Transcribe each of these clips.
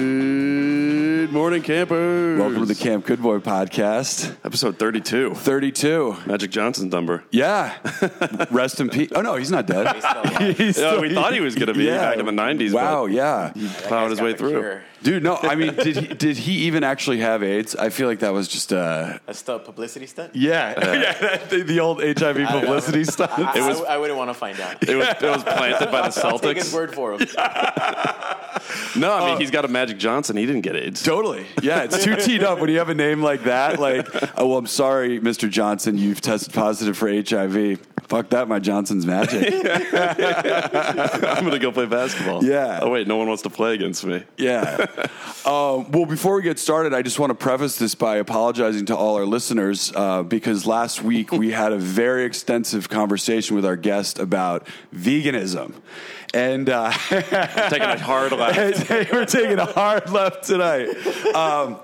Good morning, campers. Welcome to the Camp Good Boy podcast, episode 32. 32. Magic Johnson's number. Yeah. Rest in peace. Oh, no, he's not dead. He's Yeah, still- we thought he was going to be back in the 90s. Wow, but yeah. Plowed his way through. Dude, no, I mean, did he, did he even actually have AIDS? I feel like that was just uh, A stunt, publicity stunt? yeah, yeah, that, the, the old HIV publicity stuff. I, I w- I wouldn't want to find out. It was, it was planted by the Take his Celtics. word for him. No, I mean, he's got a Magic Johnson. He didn't get AIDS. Totally. Yeah, it's too teed up when you have a name like that. Like, oh, well, I'm sorry, Mr. Johnson, you've tested positive for HIV. Fuck that, my Johnson's magic. I'm going to go play basketball. Yeah. Oh, wait, no one wants to play against me. Yeah. Um, well, before we get started, I just want to preface this by apologizing to all our listeners uh, because last week we had a very extensive conversation with our guest about veganism. And uh, Taking a hard left. we're taking a hard left tonight. Um,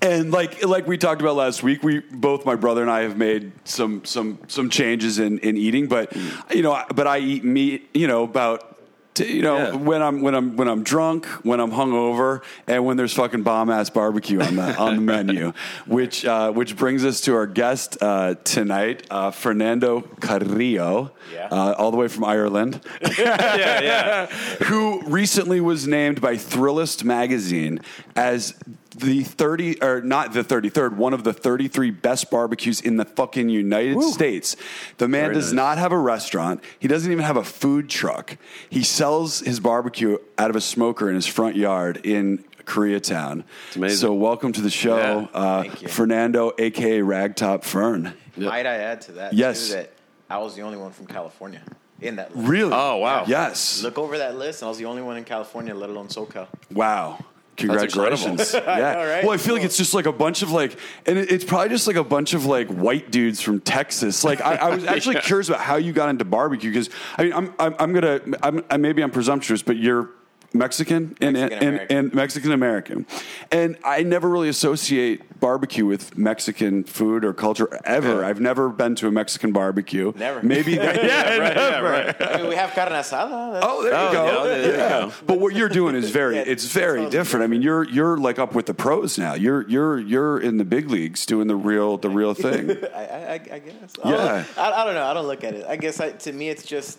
and like like we talked about last week, we both my brother and I have made some some some changes in in eating, but you know, I- but I eat meat, you know, about t- you know Yeah. when I'm when I'm when I'm drunk, when I'm hungover, and when there's fucking bomb ass barbecue on the on the menu, which uh, which brings us to our guest uh, tonight, uh, Fernando Carrillo, Yeah. uh, all the way from Ireland yeah, yeah. who recently was named by Thrillist magazine as the 30 or not the 33rd one of the 33 best barbecues in the fucking United States. The man Very does nice. not have a restaurant. He doesn't even have a food truck. He sells his barbecue out of a smoker in his front yard in Koreatown. amazing. So welcome to the show, Yeah. uh, Thank you. Fernando, aka Ragtop Fern. Might I add to that? Yes. Too, that I was the only one from California in that list. Really? Oh, wow. Yes. Look over that list, and I was the only one in California, let alone SoCal. Wow. Congratulations. incredible. yeah. know, right? Well, I feel like it's just like a bunch of like, and it, it's probably just like a bunch of like white dudes from Texas. Like, I, I was actually curious about how you got into barbecue because I mean, I'm, I'm, I'm gonna, I'm, I, maybe I'm presumptuous, but you're Mexican and, and, Mexican-American. and Mexican American. And I never really associate barbecue with Mexican food or culture ever. Yeah. I've never been to a Mexican barbecue. Never. Maybe. that- yeah, Right, yeah, right. I mean, we have carne asada. That's, Oh, there you Oh, go. yeah, there you Yeah. go. But what you're doing is very Yeah, it's very totally different. I mean, you're you're like up with the pros now. You're you're you're in the big leagues doing the real the real thing. I, I, I I guess. Yeah. I, I don't know. I don't look at it. I guess I, to me, it's just,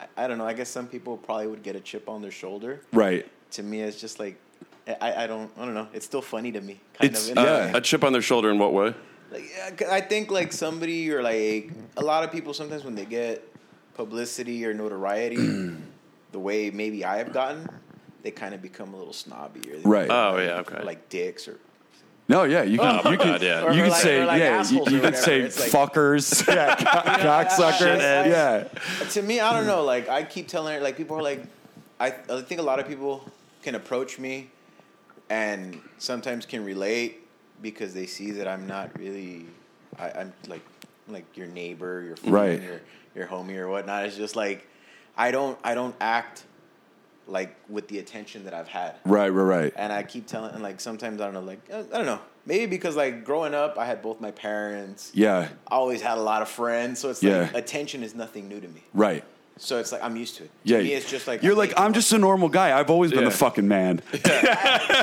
I, I don't know. I guess some people probably would get a chip on their shoulder. right. To me, it's just like, I, I don't, I don't know. It's still funny to me. Kind It's- of. in a way. Uh, a chip on their shoulder in what way? Like, yeah, 'cause I think like somebody or like a lot of people sometimes when they get publicity or notoriety, the way maybe I have gotten, they kind of become a little snobby or they Right. become, Oh, yeah, okay. like dicks or No, yeah, you can Oh, you can God, yeah. you Or can like- say or like yeah, you, assholes or you can whatever. say It's like- fuckers, yeah, co- cocksuckers. Shitheads. Yeah. to me Hmm. I don't know like I keep telling her like people are like I I think a lot of people can approach me and sometimes can relate because they see that I'm not really I, I'm like like your neighbor, your friend, Right. your your homie or whatnot. It's just like I don't I don't act like with the attention that I've had. Right, right, right. And I keep telling and like sometimes I don't know like uh, I don't know. Maybe because like growing up I had both my parents. Yeah. I always had a lot of friends, so it's like Yeah. attention is nothing new to me. Right. So it's like I'm used to it. Yeah. to me, it's just like You're like, I'm just a normal guy. I've always been Yeah. the fucking man. And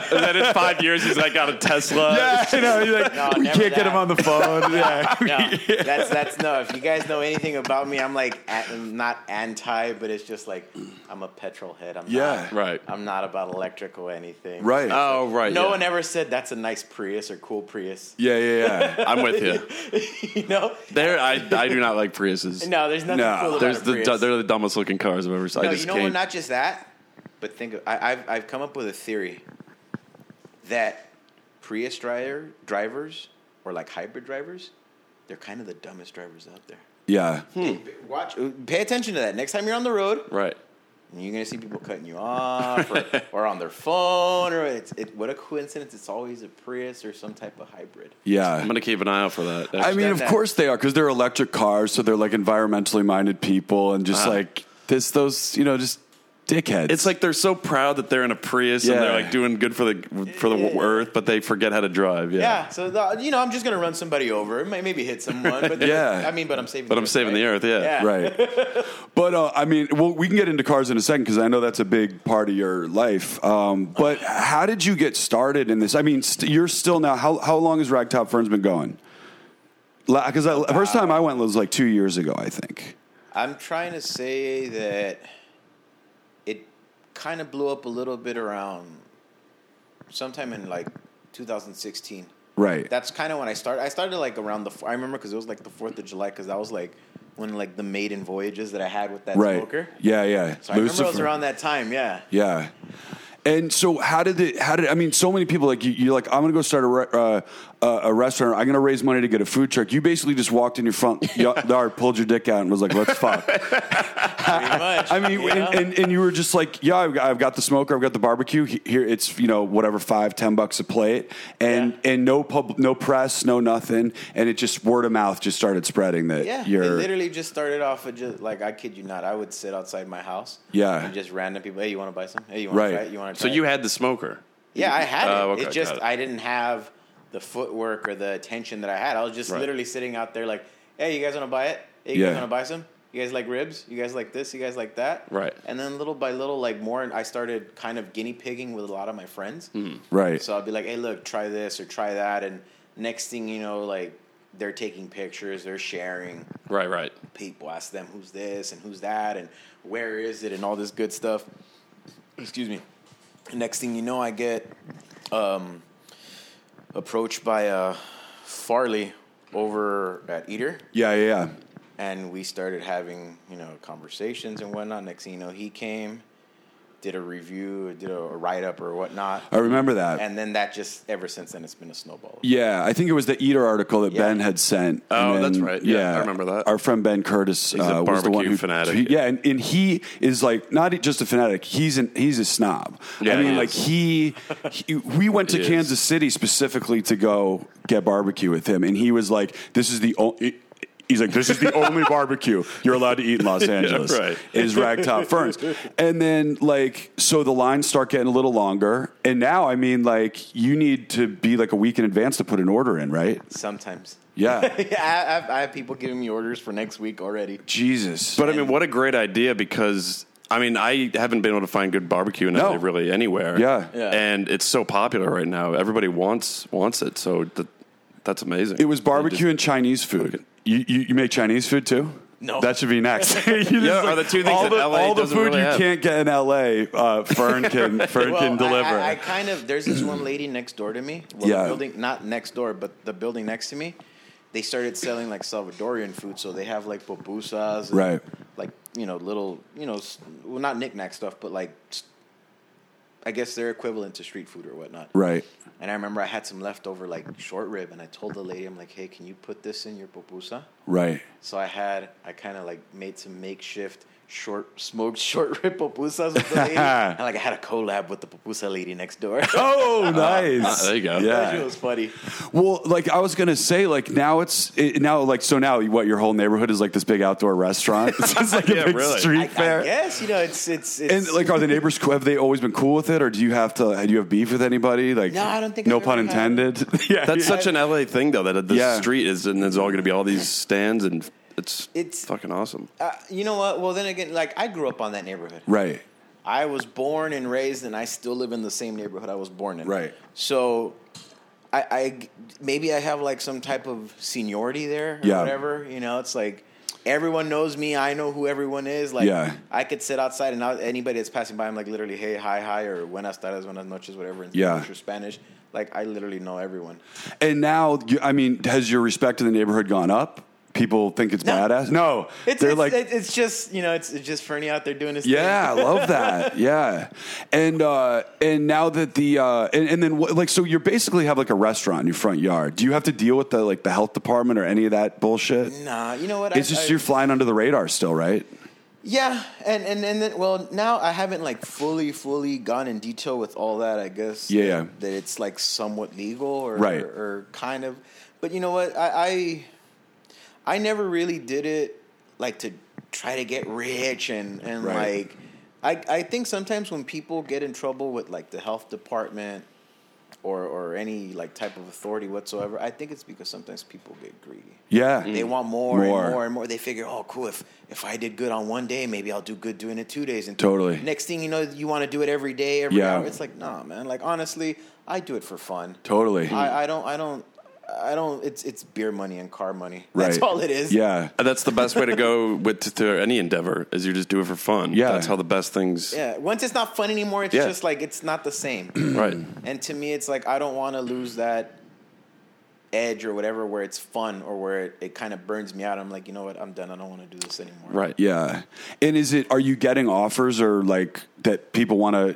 then in five years, he's like, got a Tesla. Yeah, I know. You're like, No, we never can't get that. him on the phone. yeah. No, that's that's no. If you guys know anything about me, I'm like a- not anti, but it's just like I'm a petrol head. I'm Yeah. not, Right. I'm not about electrical anything. Right. Oh, right. Uh, No yeah. one ever said that's a nice Prius or cool Prius. Yeah, yeah, yeah. I'm with you. you know? There, I, I do not like Priuses. No, there's nothing No, cool about There's a the Prius. du- they're the dumbest looking cars I've ever seen. no, I you just know can't. what? Not just that, but think of I, I've I've come up with a theory that Prius driver drivers or like hybrid drivers, they're kind of the dumbest drivers out there. Yeah. Hmm. Watch, Uh, pay attention to that. Next time you're on the road, right. you're gonna see people cutting you off or, or on their phone or it's it, what a coincidence. It's always a Prius or some type of hybrid. Yeah. I'm gonna keep an eye out for that. I mean, done of that. course they are because they're electric cars, so they're like environmentally minded people, and just Uh-huh. like this, those, you know, just dickheads. It's like they're so proud that they're in a Prius and they're Yeah. like doing good for the for the Yeah. earth, but they forget how to drive. Yeah. Yeah, so the, you know, I'm just gonna run somebody over, may- maybe hit someone. But then- Yeah. I mean, but I'm saving. But I'm saving the earth. Yeah. Yeah. right. But uh, I mean, well, we can get into cars in a second because I know that's a big part of your life. Um, but how did you get started in this? I mean, st- you're still now. How how long has Ragtop Ferns been going? Because the first time I went was like two years ago, I think. I'm trying to say that it kind of blew up a little bit around sometime in like 2016. Right. That's kind of when I started. I started like around the. I remember because it was like the Fourth of July because that was like one of like the maiden voyages that I had with that right. smoker. Yeah, yeah. So I remember it was around that time. Yeah. Yeah. And so, how did it? How did I mean? So many people like you. You're like, I'm gonna go start a re- uh, uh, a restaurant. I'm gonna raise money to get a food truck. You basically just walked in your front yard, pulled your dick out, and was like, "Let's fuck." Pretty much. I mean, you know? and, and, and you were just like, yeah, I've got, I've got the smoker, I've got the barbecue. He- Here, it's you know whatever five, ten bucks a plate, and and no pub, no press, no nothing, and it just word of mouth just started spreading that Yeah, it you're literally just started off with just like I kid you not, I would sit outside my house. Yeah. and just random people. Hey, you want to buy some? Hey, you want Right. to try it? You want to? So you had the smoker. yeah, I had Oh, it. okay, It just got it. I didn't have the footwork or the attention that I had. I was just Right. literally sitting out there like, hey, you guys want to buy it? Hey, you Yeah. guys want to buy some? You guys like ribs? You guys like this? You guys like that? Right. And then little by little, like more, and I started kind of guinea pigging with a lot of my friends. Hmm. right. So I'll be like, hey, look, try this or try that, and next thing you know, like they're taking pictures, they're sharing Right. Right. people ask them who's this and who's that and where is it and all this good stuff excuse me next thing you know i get um, approached by uh, farley over at eater yeah, yeah, yeah. and we started having you know conversations and whatnot next thing you know he came did a review did a write-up or whatnot I remember that. and then that just ever since then it's been a snowball yeah, I think it was the Eater article that Yeah. Ben had sent. Oh, and that's right. Yeah, I remember that. Our friend Ben Curtis a uh, was the one barbecue who, fanatic. he- yeah, and, and he is like not just a fanatic. He's an he's a snob. Yeah, I mean, he like is. he, he- we went to He is. Kansas City specifically to go get barbecue with him, and he was like, "This is the only." He's like, this is the only barbecue you're allowed to eat in Los Angeles. right. Is ragtop ferns, and then like so the lines start getting a little longer, and now I mean like you need to be like a week in advance to put an order in, right? sometimes Yeah, yeah, I, I've, I have people giving me orders for next week already Jesus. But I mean, what a great idea because I mean, I haven't been able to find good barbecue in No. LA really anywhere. Yeah. Yeah. And it's so popular right now. Everybody wants wants it. So th- that's amazing. it was barbecue and Chinese food. You, you you make Chinese food too? No. that should be next. You just, Yeah, are the two things all that the, LA all the doesn't food really you have. can't get in LA, uh, Fern can Fern Well, can I- deliver. I, I kind of there's this one lady next door to me. Well, Yeah. the building not next door, but the building next to me. They started selling like Salvadorian food, so they have like pupusas, and, Right. Like you know, little you know, s- well, not knickknack stuff, but like s- I guess they're equivalent to street food or whatnot. right. And I remember I had some leftover like short rib, and I told the lady, I'm like, hey, can you put this in your pupusa? Right. So I had I kind of like made some makeshift short smoked short rib pupusas with the lady. and like I had a collab with the pupusa lady next door. Oh, nice. Ah, there you go. Yeah. That shit was funny. Well, like I was gonna say, like now it's it, now like so now what your whole neighborhood is like this big outdoor restaurant. It's just like Yeah, a big really. street I, I fair. guess you know it's it's, it's and like, are the neighbors cool? Have they always been cool with it, or do you have to? Do you have beef with anybody? Like, No, I don't think No I've pun ever had- intended. yeah, That's such an LA thing, though. That the Yeah. street is, and there's all going to be all these stands, and it's It's- fucking awesome. uh, you know what? Well, then again, like I grew up on that neighborhood. right. I was born and raised, and I still live in the same neighborhood I was born in. Right. So, I, I maybe I have like some type of seniority there, or Yeah. whatever. You know, it's like everyone knows me. I know who everyone is. Like, Yeah. I could sit outside and not, anybody that's passing by, I'm like literally, hey, hi, hi, or buenas tardes, buenas noches, whatever in Yeah. Spanish or Spanish. Like, I literally know everyone. And now, you, I mean, has your respect in the neighborhood gone up? People think it's No. badass. No, It's they're it's, like, it's just you know, it's, it's just Fernie out there doing his thing. Yeah, I love that. Yeah, and uh, and now that the uh, and, and then what, like so you basically have like a restaurant in your front yard. Do you have to deal with the like the health department or any of that bullshit? Nah, you know what? It's I- just I- you're flying under the radar still, right? Yeah, and and and then well, now I haven't like fully fully gone in detail with all that. I guess Yeah, yeah. that it's like somewhat legal or Right. or, kind of. But you know what? I, I I never really did it like to try to get rich and and Right. like. I I, I think sometimes when people get in trouble with like the health department or or any like type of authority whatsoever, I think it's because sometimes people get greedy. Yeah. They want more, Mm. More. and more and more. They figure, oh, cool. If if I did good on one day, maybe I'll do good doing it two days. And Totally. Next thing you know, you want to do it every day, every Yeah. hour. It's like, nah, man. Like honestly, I do it for fun. Totally. I, I don't. I don't. I don't. It's it's beer money and car money. That's Right. all it is. Yeah. That's the best way to go with to, to any endeavor is you just do it for fun. Yeah. that's how the best things. Yeah. Once it's not fun anymore, it's Yeah. just like it's not the same. Right. Mm. And to me, it's like I don't want to lose that edge or whatever where it's fun or where it, it kind of burns me out. I'm like, you know what? I'm done. I don't want to do this anymore. Right. Yeah. And is it are you getting offers or like that people want to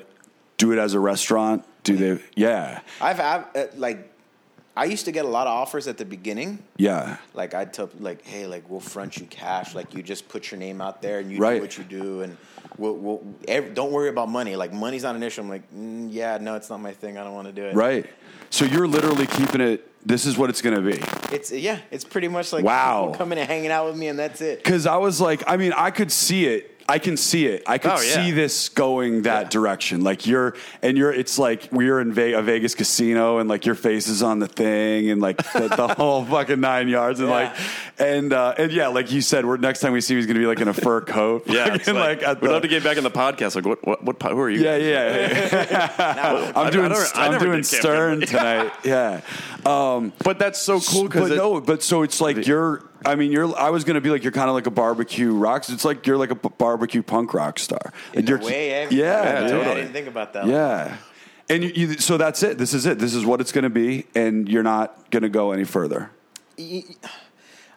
do it as a restaurant? Do they Yeah. I've, I've uh, like, I used to get a lot of offers at the beginning. Yeah. Like I'd tell like, hey, like we'll front you cash. Like you just put your name out there and you Right. do what you do, and we'll, we'll ev- don't worry about money. Like money's not an issue. I'm like, mm, yeah, no, it's not my thing. I don't want to do it. Right. So you're literally keeping it this is what it's going to be. It's yeah. It's pretty much like Wow. people coming and hanging out with me, and that's it. Cuz I was like, I mean, I could see it. I can see it. I could Oh, yeah. see this going that direction. Like you're and you're it's like we're in Ve- a Vegas casino and like your face is on the thing and like the, the whole fucking 9 yards and Yeah. like and uh and yeah, like you said, we're next time we see him, he's going to be like in a fur coat. Yeah, it's Fucking, like, at we'd the- love to get back in the podcast. Like, what, what, what, po- who are you? Yeah, yeah. I- I I'm doing. don't- I I'm never doing did Camp Stern Kimberly. tonight. Yeah. Um, But that's so cool because but no, but so it's like you're. I mean, you're. I was gonna be like you're kind of like a barbecue rock. It's like you're like a b- barbecue punk rock star. In And you're, a way, eh? yeah, Yeah, dude. I totally. didn't think about that. yeah. And you, you, so that's it. This is it. This is what it's gonna be, and you're not gonna go any further.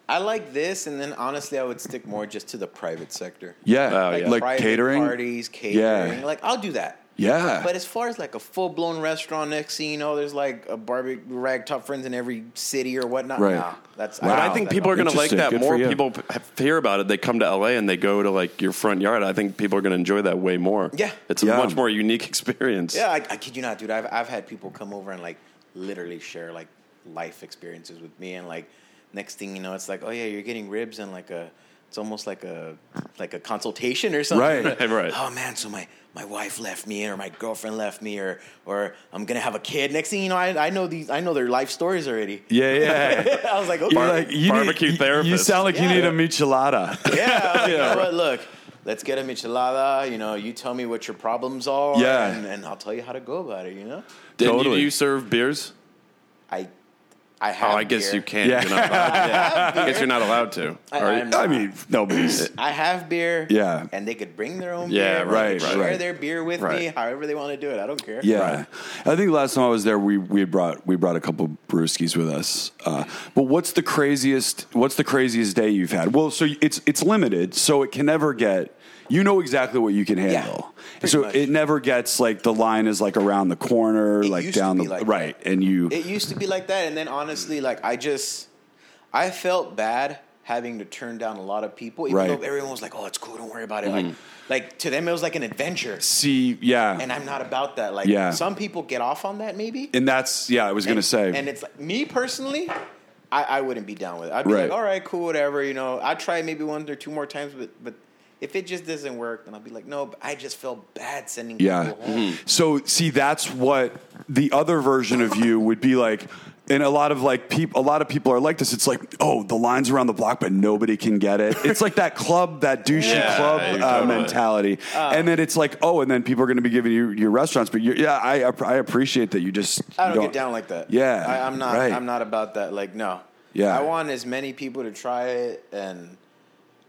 I like this, and then honestly, I would stick more just to the private sector. Yeah, Oh, yeah. like private catering parties, catering. Yeah. Like I'll do that. Yeah. But as far as like a full blown restaurant, next thing you know, there's like a barbecue rag top friends in every city or whatnot. Right. Nah, that's Wow. But don't I think that people are going to like Interesting. that Good for more. you. People p- hear about it. They come to LA and they go to like your front yard. I think people are going to enjoy that way more. Yeah. it's a Yeah. much more unique experience. Yeah, I, I kid you not, dude. I've I've had people come over and like literally share like life experiences with me, and like next thing you know, it's like, oh yeah, you're getting ribs and like a, it's almost like a like a consultation or something. Right. Right. Oh man, so my my wife left me, or my girlfriend left me, or or I'm gonna have a kid. Next thing you know, I I know these I know their life stories already. yeah, yeah. I was like, okay, You're like you barbecue need, you- You therapist. sound like you Yeah. need a michelada. yeah, I was like, you know what? Look. Let's get a michelada. You know, you tell me what your problems are, Yeah. and, and I'll tell you how to go about it. You know, Did Totally. you, do you serve beers? I, I Oh, have. I guess beer. you can't. Yeah. You're not allowed. I guess you're not allowed to. I- Are you- I'm- I mean, nobody's. I have beer. Yeah. And they could bring their own Yeah, beer. They right, could Share right. their beer with me, Right. however they want to do it. I don't care. Yeah, I think last time I was there, we we had brought we brought a couple brewskis with us. Uh, but what's the craziest? What's the craziest day you've had? Well, so it's it's limited, so it can never get. You know exactly what you can handle, pretty so much. it never gets like the line is like around the corner, like used to down be the like that. right, and you It used to be like that. And then honestly, like, I just, I felt bad having to turn down a lot of people, even Right. though everyone was like, oh, it's cool. Don't worry about it. Like, like, to them, it was like an adventure. see, yeah, And and, I'm not about that. Like, Yeah. some people get off on that maybe. that's yeah, I was gonna and, say, And it's like me personally, I, I wouldn't be down with it. I'd be Right. like, all right, cool, whatever. You know, I try maybe one or two more times, but but if it just doesn't work, then I'll be like, no, but I just felt bad sending Yeah. Mm-hmm. people home. Mm-hmm. So see, that's what the other version of you would be like. And a lot of like people, a lot of people are like this. It's like, oh, the lines around the block, but nobody can get it. It's like that club, that douchey Yeah, club you uh, totally- Ah. mentality. and then it's like, oh, and then people are going to be giving you your restaurants. But you're, yeah, I, I appreciate that you just. I you don't, get down like that. Yeah, I, I'm not. right. I'm not about that. Like no. Yeah. I want as many people to try it, and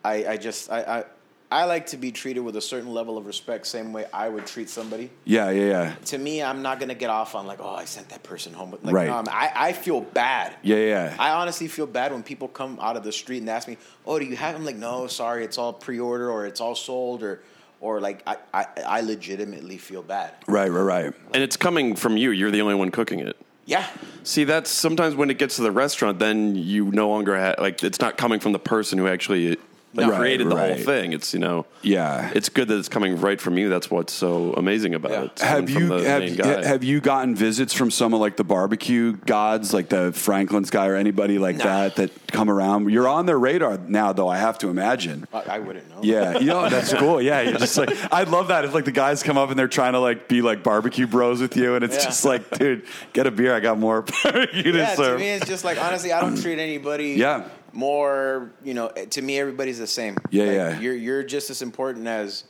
I, I just I, I I like to be treated with a certain level of respect, same way I would treat somebody. Yeah, yeah, yeah, to me, I'm not gonna get off on like, oh, I sent that person home. Like, Right. um, I, I feel bad. Yeah, yeah. I honestly feel bad when people come out of the street and ask me, oh, do you have? I'm like, no, sorry, it's all pre-order or it's all sold or, or like, I, I, I legitimately feel bad. right, right, right. and it's coming from you. You're the only one cooking it. Yeah. See, that's sometimes when it gets to the restaurant, then you no longer have like it's not coming from the person who actually like Right, created the whole right. thing. It's you know, Yeah. it's good that it's coming right from you. That's what's so amazing about Yeah. it. It's have coming you from the have, main guy. have you gotten visits from some of like the barbecue gods, like the Franklin's guy or anybody like that that come around? You're on their radar now, though. I have to imagine. I, I wouldn't know. Yeah, you know, that's cool. Yeah, you're just like I love that. If like the guys come up and they're trying to like be like barbecue bros with you, and it's Yeah. just like, dude, get a beer. I got more barbecue to Yeah, to serve. me, it's just like honestly, I don't treat anybody. Yeah. More, you know, eh, to me, everybody's the same. Yeah, Like, yeah. You're you're just as important as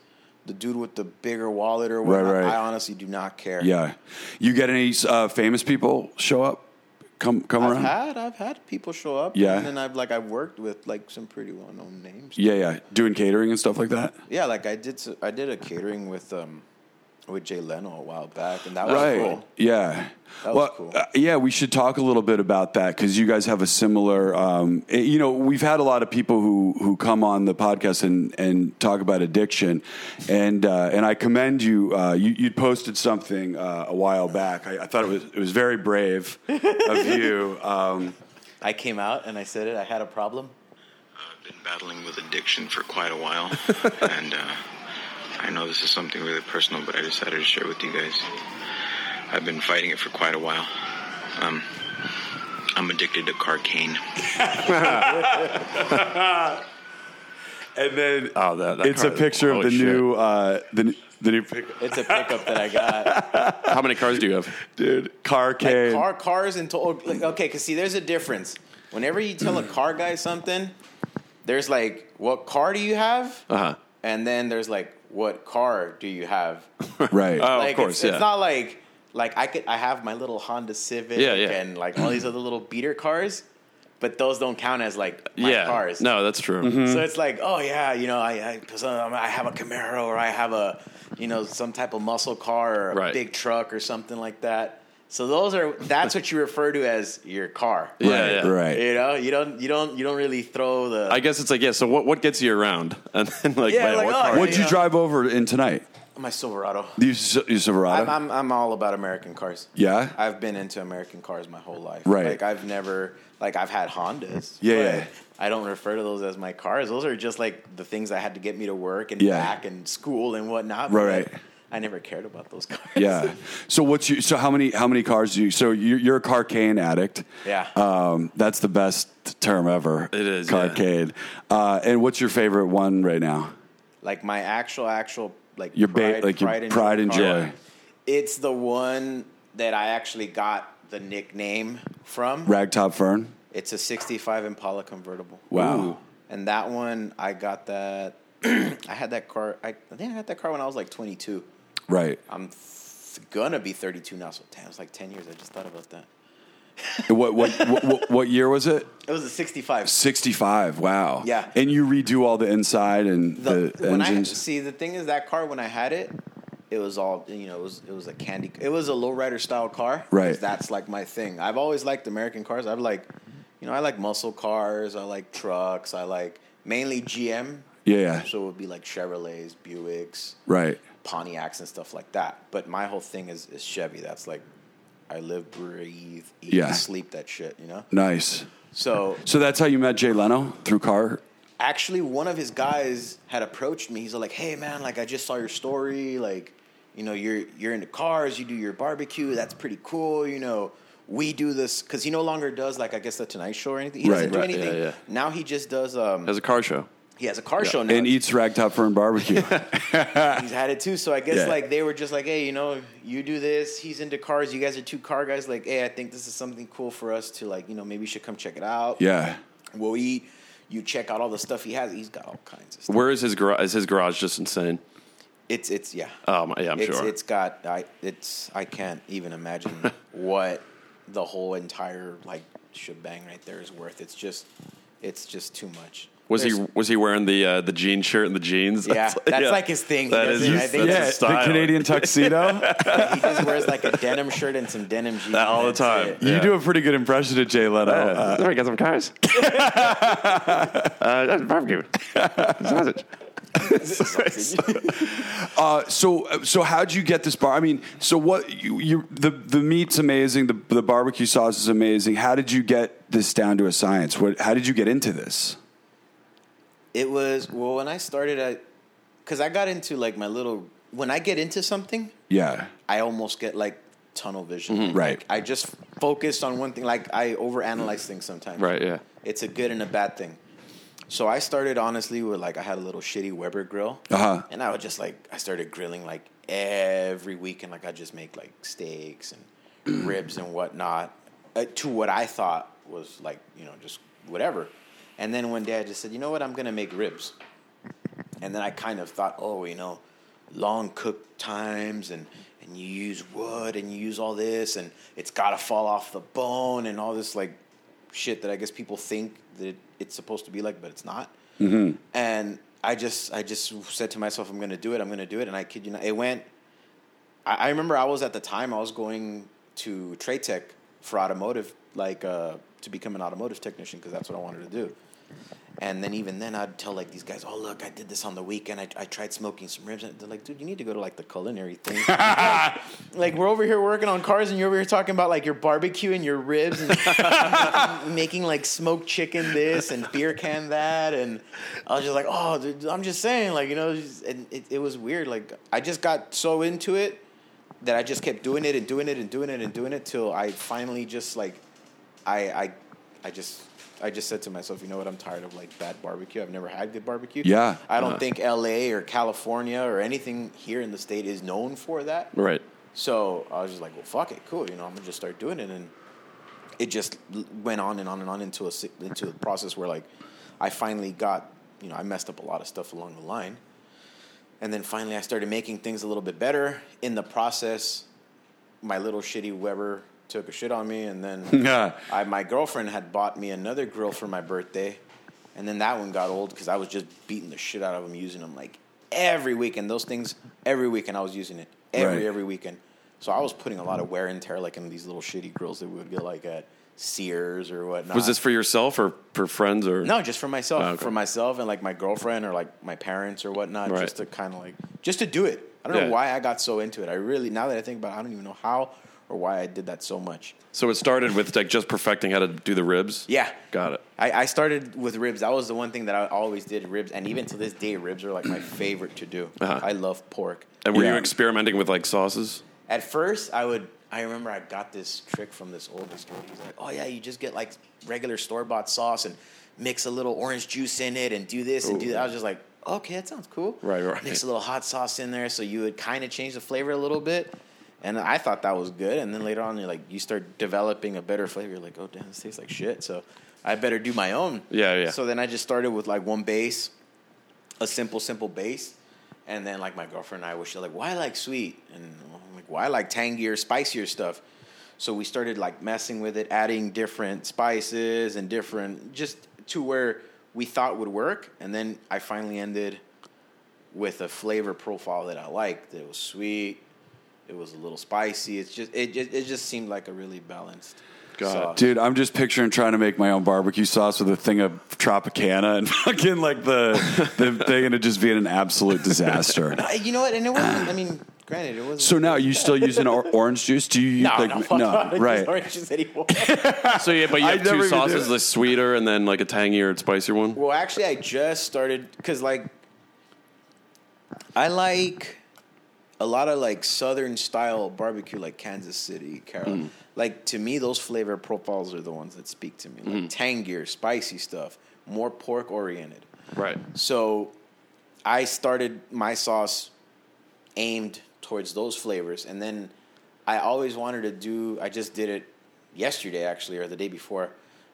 the dude with the bigger wallet or Right, whatnot. right. I honestly do not care. yeah, you get any uh, famous people show up? Come come I've around. had I've had people show up. Yeah. And then I've like I've worked with like some pretty well known names. Yeah, yeah, doing catering and stuff like that. Yeah, like I did s- I did a catering with um with Jay Leno a while back, and that was right. cool. Yeah. That was well, cool. uh, yeah, we should talk a little bit about that because you guys have a similar. Um, eh, you know, we've had a lot of people who who come on the podcast and and talk about addiction, and uh, and I commend you. Uh, you you posted something uh, a while back. I, I thought it was it was very brave of you. Um, I came out and I said it. I had a problem. I've been battling with addiction for quite a while, and uh, I know this is something really personal, but I decided to share with you guys. I've been fighting it for quite a while. Um, I'm addicted to carcane. and then Oh, that, that it's a car- picture of holy the shit. new uh, the n- the new pic- It's a pickup that I got. How many cars do you have? dude car cane. car cars and to- like, okay because see there's a difference whenever you tell a car guy something there's like what car do you have Uh Uh-huh. huh. and then there's like what car do you have right. Oh, like of course, it's, yeah. it's not like like i could i have my little honda civic Yeah, yeah. and like all these other little beater cars but those don't count as like my yeah. Mm-hmm. cars No, that's true. so it's like, oh yeah, you know, I I, 'cause, um, I have a Camaro or I have a, you know, some type of muscle car or a Right. big truck or something like that. So those are that's what you refer to as your car. Yeah, Right, yeah. right. You know, you don't you don't you don't really throw the. I guess it's like yeah. So what what gets you around? And then like, Yeah, man, like, what oh, car? What'd you yeah. drive over in tonight? my Silverado. You, s- you Silverado. I'm, I'm I'm all about American cars. Yeah? I've been into American cars my whole life. Right. like I've never like I've had Hondas. Yeah, but yeah. I don't refer to those as my cars. Those are just like the things I had to get me to work and Yeah. back and school and whatnot. Right, but right. I never cared about those cars. Yeah. So what's your so how many how many cars do you so you're, you're a carcane addict? Yeah. Um, that's the best term ever. It is, yeah. carcane. Uh, and what's your favorite one right now? like my actual actual like Your ba- like your pride and car. joy. It's the one that I actually got the nickname from. Ragtop Fern. It's a '65 Impala convertible. Wow. And that one, I got that. I had that car. I, I think I had that car when I was like 22. Right. I'm th- gonna be 32 now. So damn, it's like 10 years. I just thought about that. what, what what what year was it? It was a '65. Sixty five. Wow. Yeah. And you redo all the inside and the, when I engines. see the thing is that car when I had it, it was all you know. It was it was a candy. It was a lowrider style car. 'cause Right. That's like my thing. I've always liked American cars. I've like, you know, I like muscle cars. I like trucks. I like mainly GM. Yeah, yeah. So it would be like Chevrolets, Buicks, right. Pontiacs, and stuff like that. But my whole thing is is Chevy. That's like, I live, breathe, eat, Yeah. Mm. sleep that shit. You know. Nice. So So that's how you met Jay Leno through car. actually one of his guys had approached me. He's like, "Hey man, like I just saw your story. Like, you know, you're you're into cars. You do your barbecue. That's pretty cool. You know, we do this because he no longer does like I guess the Tonight Show or anything. He Right. doesn't do Right, yeah, anything yeah. now. He just does. Um, Has a car show. he has a car show now. And eats Ragtop Fern barbecue. he's had it too. So I guess Yeah. like they were just like, hey, you know, you do this. He's into cars. You guys are two car guys. Like, hey, I think this is something cool for us to like. You know, maybe you should come check it out. yeah. we'll eat. You check out all the stuff he has. He's got all kinds of stuff. Where is his garage? Is his garage just insane? It's it's yeah. Um, yeah, I'm it's, sure. It's got I it's I can't even imagine what the whole entire like shebang right there is worth. It's just it's just too much. was he There's- was he wearing the uh, the jean shirt and the jeans? Yeah, that's like his thing. He That does is it, his- I think. that's Yeah, his the style. Canadian tuxedo. he just wears like a denim shirt and some denim jeans all the That's time. it. You Yeah. do a pretty good impression of Jay Leno. Uh, there we got some cars. uh, that's barbecue. Sausage. uh, so, so how'd you get this bar? I mean, so what? You, you the the meat's amazing. The the barbecue sauce is amazing. How did you get this down to a science? What? How did you get into this? It was well when I started I cuz I got into like my little when I get into something, Yeah. I almost get like tunnel vision. Like, Right. I just focused on one thing like I overanalyze things sometimes. Right, yeah. It's a good and a bad thing. So I started honestly with like I had a little shitty Weber grill. Uh-huh. And I would just like I started grilling like every week and like I just make like steaks and ribs and whatnot uh, to what I thought was like, you know, just whatever. And then one day I just said, you know what, I'm gonna make ribs. And then I kind of thought, oh, you know, long cook times and, and you use wood and you use all this and it's got to fall off the bone and all this like shit that I guess people think that it's supposed to be like, but it's not. Mm-hmm. And I just, I just said to myself, I'm going to do it. I'm going to do it. And I kid you not, it went, I, I remember I was at the time I was going to Trade Tech for automotive, like uh, to become an automotive technician because that's what I wanted to do. And then even then, I'd tell like these guys, "Oh look, I did this on the weekend. I, I tried smoking some ribs." And they're like, "Dude, you need to go to like the culinary thing. like, like, we're over here working on cars, and you're over here talking about like your barbecue and your ribs, and making like smoked chicken this and beer can that." And I was just like, "Oh, dude, I'm just saying, like you know." just- And it, it was weird. Like I just got so into it that I just kept doing it and doing it and doing it and doing it till I finally just like I I I just I just said to myself, you know what? I'm tired of like bad barbecue. I've never had good barbecue. Yeah. I don't think L.A. or California or anything here in the state is known for that. Right. So I was just like, well, fuck it, cool. You know, I'm gonna just start doing it, and it just l- went on and on and on into a si- into a process where like I finally got you know I messed up a lot of stuff along the line, and then finally I started making things a little bit better. In the process, my little shitty Weber took a shit on me, and then Yeah. I my girlfriend had bought me another grill for my birthday, and then that one got old because I was just beating the shit out of them, using them like every week, and those things every weekend I was using it every Right. every weekend. So I was putting a lot of wear and tear like in these little shitty grills that we would get like at Sears or whatnot. Was this for yourself or for friends or Uh, No, just for myself, Oh, okay. for myself and like my girlfriend or like my parents or whatnot, Right. just to kind of like just to do it. I don't Yeah. know why I got so into it. I really now that I think about it, I don't even know how or why I did that so much. So it started with like just perfecting how to do the ribs. Yeah. Got it. I, I started with ribs. That was the one thing that I always did ribs, and even to this day, ribs are like my favorite to do. Uh-huh. I love pork. And were Yeah. you experimenting with like sauces? At first, I would. I remember I got this trick from this oldest guy. He's like, "Oh yeah, you just get like regular store bought sauce and mix a little orange juice in it and do this and do that." I was just like, "Okay, that sounds cool." Right, right. Mix a little hot sauce in there so you would kind of change the flavor a little bit. And I thought that was good. And then later on, you're like, you start developing a better flavor. You're like, "Oh damn, this tastes like shit." So I better do my own. Yeah, yeah. So then I just started with like one base, a simple, simple base. And then like my girlfriend and I were she's like, why I like sweet? And I'm like, why I like tangier, spicier stuff? So we started like messing with it, adding different spices and different just to where we thought would work. And then I finally ended with a flavor profile that I liked. It was sweet. It was a little spicy. It's just it just, it just seemed like a really balanced. Got it. sauce. Dude, I'm just picturing trying to make my own barbecue sauce with a thing of Tropicana and fucking like the the thing, and it just being an absolute disaster. Uh, You know what? And it wasn't. I mean, granted, it wasn't. So now you still using or- orange juice? Do you use no, like no, fuck off. It's right? oranges anymore. So yeah, but you I have never two even did sauces: it. the sweeter and then like a tangier and spicier one. well, actually, I just started because like I like a lot of like Southern style barbecue, like Kansas City, Carol. Mm. Like to me, those flavor profiles are the ones that speak to me. Like Mm. tangier, spicy stuff, more pork oriented. Right. So I started my sauce aimed towards those flavors. And then I always wanted to do, I just did it yesterday actually, or the day before.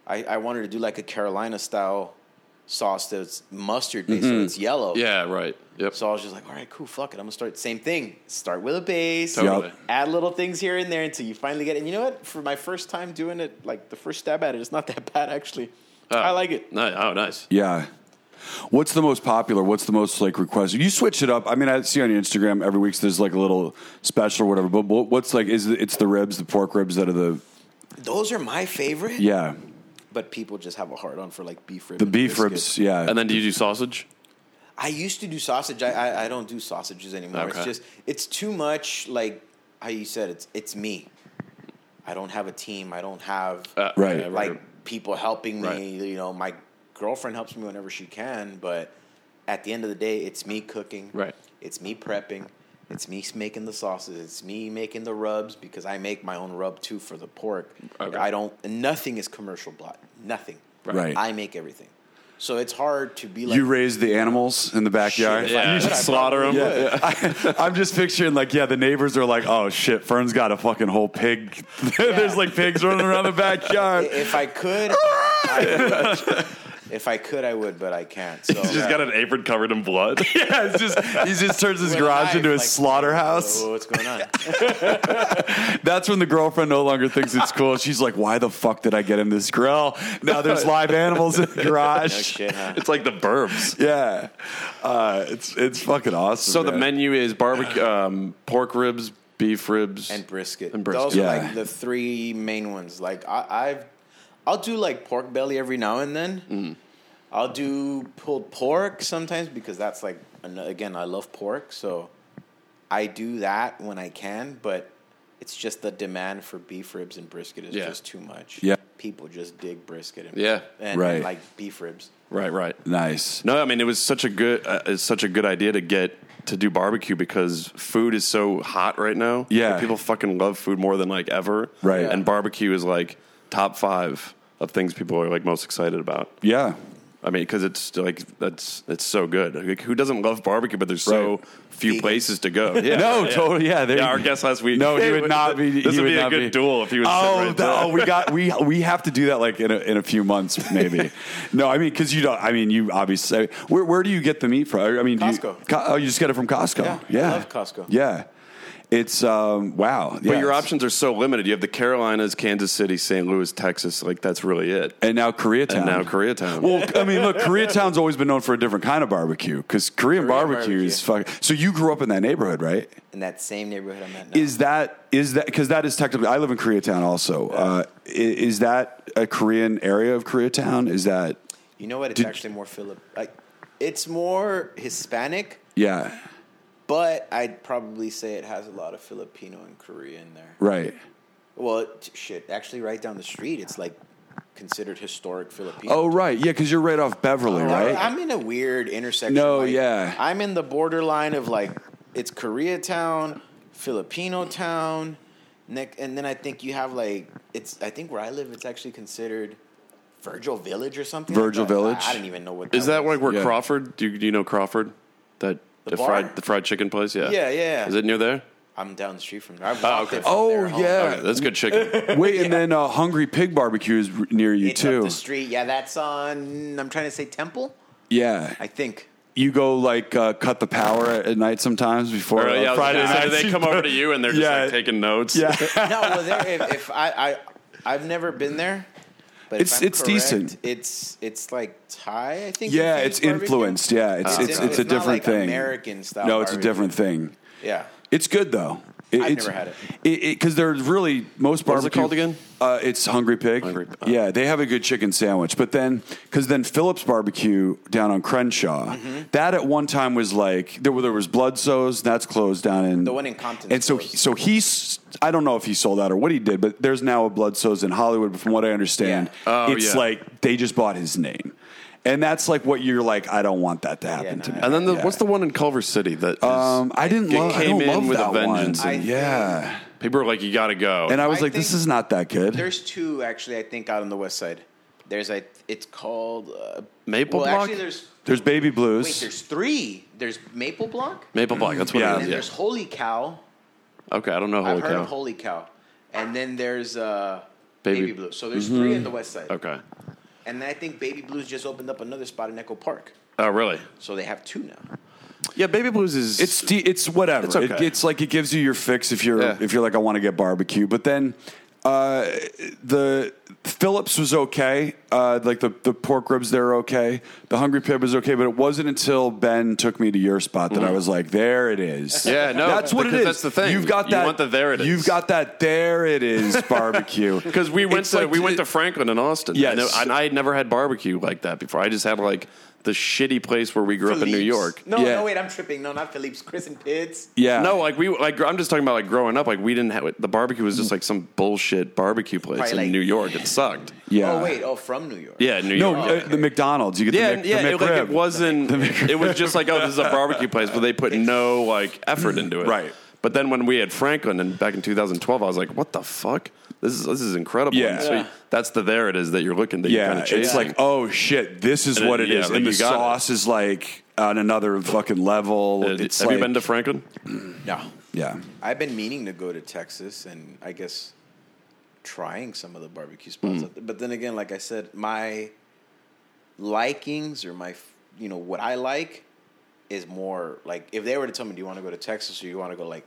I, I wanted to do like a Carolina style sauce that's mustard based, so it's yellow. Mm-hmm. Yeah. Right. Yep. So I was just like, all right, cool, fuck it. I'm gonna start same thing. Start with a base, Totally. Yep. add little things here and there until you finally get it. And you know what? For my first time doing it, like the first stab at it, it's not that bad actually. I like it. Ni- oh, nice. Yeah. What's the most popular? What's the most like requested? You switch it up. I mean, I see on your Instagram every week. So there's like a little special or whatever. But what- what's like? Is it, it's the ribs, the pork ribs that are the Those are my favorite. yeah, but people just have a hard on for like beef ribs. the beef ribs. Yeah, And then do you do sausage? I used to do sausage. I I, I don't do sausages anymore. It's Okay. just it's too much. Like how you said, it's it's me. I don't have a team. I don't have Uh, Right. okay, like people helping me. Right. You know, my girlfriend helps me whenever she can, but at the end of the day, it's me cooking. Right. It's me prepping. It's me s- making the sauces. It's me making the rubs because I make my own rub too for the pork. Okay. I don't. Nothing is commercial blood. Nothing. Right. I make everything. So it's hard to be like you raised the animals in the backyard. Shit, if I Yeah. could, I Slaughter 'em. probably Yeah, would. I, am just picturing like, yeah, the neighbors are like, oh shit, Fern's got a fucking whole pig. There's like pigs running around the backyard. If I could, I would. if I could, I would, but I can't. So He's just got an apron covered in blood. yeah, it's just he just turns his With a garage knife, into his like, slaughterhouse. "Whoa, what's going on? That's when the girlfriend no longer thinks it's cool. She's like, why the fuck did I get him this grill? Now there's live animals in the garage. No shit, huh? it's like the burbs. Yeah, uh, it's it's fucking awesome. So the man. menu is barbecue, um, pork ribs, beef ribs, And brisket. And brisket. Those Yeah. are like the three main ones. Like I, I've, I'll do like pork belly every now and then. Mm-hmm. I'll do pulled pork sometimes because that's like an- again I love pork, so I do that when I can. But it's just the demand for beef ribs and brisket is Yeah. just too much. Yeah. people just dig brisket and Yeah. and Right. like beef ribs. Right, right. nice. No, I mean it was such a good, uh, it's such a good idea to get to do barbecue because food is so hot right now. Yeah. Like, people fucking love food more than like ever. Right. and barbecue is like top five of things people are like most excited about. Yeah, I mean, because it's like that's it's so good. Like, who doesn't love barbecue? But there's so Right. few Vegan. places to go. Yeah. no, totally. Yeah, there Yeah, you- our guest last week. No, he would not be. This he would be a not good duel if he was. Oh, sitting right the- there. oh, we got we we have to do that like in a, in a few months maybe. no, I mean because you don't. I mean you obviously. Where where do you get the meat from? I mean do you- Costco. Co- oh, you just get it from Costco. Yeah, Yeah, I love Costco. Yeah, it's um wow. But your options are so limited. You have the Carolinas, Kansas City, St. Louis, Texas. Like that's really it. And now Koreatown. And now Koreatown. Well, I mean, look, Koreatown's always been known for a different kind of barbecue because Korean, barbecue, is fuck. So you grew up in that neighborhood, right? In that same neighborhood I'm at now. Is that is that because that is technically? I live in Koreatown also. Uh, i- is that a Korean area of Koreatown? Is that you know what? It's Did- actually more Philip. Like, it's more Hispanic. yeah? But I'd probably say it has a lot of Filipino and Korean there. Right. Well, it, shit, actually, right down the street, it's like considered historic Filipino. Oh, right. Yeah, because you're right off Oh, Beverly, right? I'm in a weird intersection. No, like, yeah. I'm in the borderline of like it's Koreatown, Filipino town, neck, and then I think you have like it's. I think where I live, it's actually considered Virgil Village or something. like Virgil that. I- Village? I, didn't even know what. Is that was. like where Yeah. Crawford? Do you, do you know Crawford? That the, bar? fried the fried chicken place. Yeah. Yeah, yeah. Is it near there? I'm down the street from there. I've Oh, walked okay. it from Oh, there home. yeah. Okay, that's good chicken. Wait, and then uh, Hungry Pig Barbecue is r- near you uh, It's up too. the street. Yeah, that's on. I'm trying to say Temple. Yeah, I think. you go like uh, cut the power at at night sometimes before Or, uh, yeah, I was Friday gonna say, night. do they come over to you and they're just Yeah. like taking notes. Yeah, no, well, there. If, if I, I, I've never been there. But if It's- I'm it's decent. It's it's like Thai, I think. yeah, infused it's barbecue. influenced. Yeah, it's it's, It's in- it's a it's not different like thing. American style No, it's a barbecue. different thing. Yeah, It's good though. It, I've it's, never had it. Because there's really most barbecue. What's it called again? Uh, it's Hungry Pig. Hungry Pig. Yeah, they have a good chicken sandwich. But then, because then Phillips Barbecue down on Crenshaw, Mm-hmm. that at one time was like there were there was Bloodsoes. That's closed down in The one in Compton's And so closed. so he's I don't know if he sold out or what he did, but there's now a Bloodsoes in Hollywood. But from what I understand, Yeah. Oh, it's yeah. like they just bought his name. And that's like what you're like. I don't want that to happen no, to me. And then the, Yeah. what's the one in Culver City that is, Um, I didn't It love. I came don't in love with a that vengeance one. and- I yeah, people are like, you got to go. and I was I like, this think is not that good. there's two actually. I think out on the west side. There's a. It's called uh, Maple Well, Block? actually, there's There's Baby Blues. wait. There's three. There's Maple Block, Maple Block. That's what Yeah. and it then there's is. Holy Cow. Yeah. Okay, I don't know. Holy I've heard cow. of Holy Cow, and then there's uh, Baby- Baby, Blue. So there's three in the west side. okay. And I think Baby Blues just opened up another spot in Echo Park. Oh, really? So they have two now. Yeah, Baby Blues is it's de- it's whatever. It's okay. It, it's like it gives you your fix if you're Yeah. if you're like I want to get barbecue, but then uh, the Phillips was okay. Uh, like the the pork ribs there are okay. The Hungry Pig was okay, but it wasn't until Ben took me to your spot that I was like, there it is. Mm. Yeah, no, that's what it because is. that's the thing. You've got You that. want the there it is. You've got that. There it is. Barbecue Because we went It's to like- we went to Franklin and Austin. Yes. and, I- and I had never had barbecue like that before. I just had like the shitty place where we grew up in New Philippe's. York. No, Yeah. no, wait, I'm tripping. No, not Philippe's. Chris and Pids. Yeah. No, like we like I'm just talking about like growing up. Like we didn't have the barbecue was just like some bullshit barbecue place Probably in like New York. It's it sucked. Yeah. Oh wait, oh from New York. Yeah, New No, York. uh, the McDonald's. You get yeah, the, Mc, yeah. the It, like it McRib. wasn't. It was just like, oh, this is a barbecue place, but they put no like effort into it. Right. But then when we had Franklin and back in 2012, I was like, what the fuck? This is this is incredible. Yeah. And so Yeah. that's the there it is that you're looking that you're kind Yeah, of chasing. it's like oh shit, this is And what then, it is, yeah, then and the you got it. sauce is like on another fucking level. Uh, it's have like, you been to Franklin? No. yeah, I've been meaning to go to Texas and I guess trying some of the barbecue spots. Mm. out there. But then again, like I said, my likings or my, f- you know, what I like is more like if they were to tell me, do you want to go to Texas or you want to go like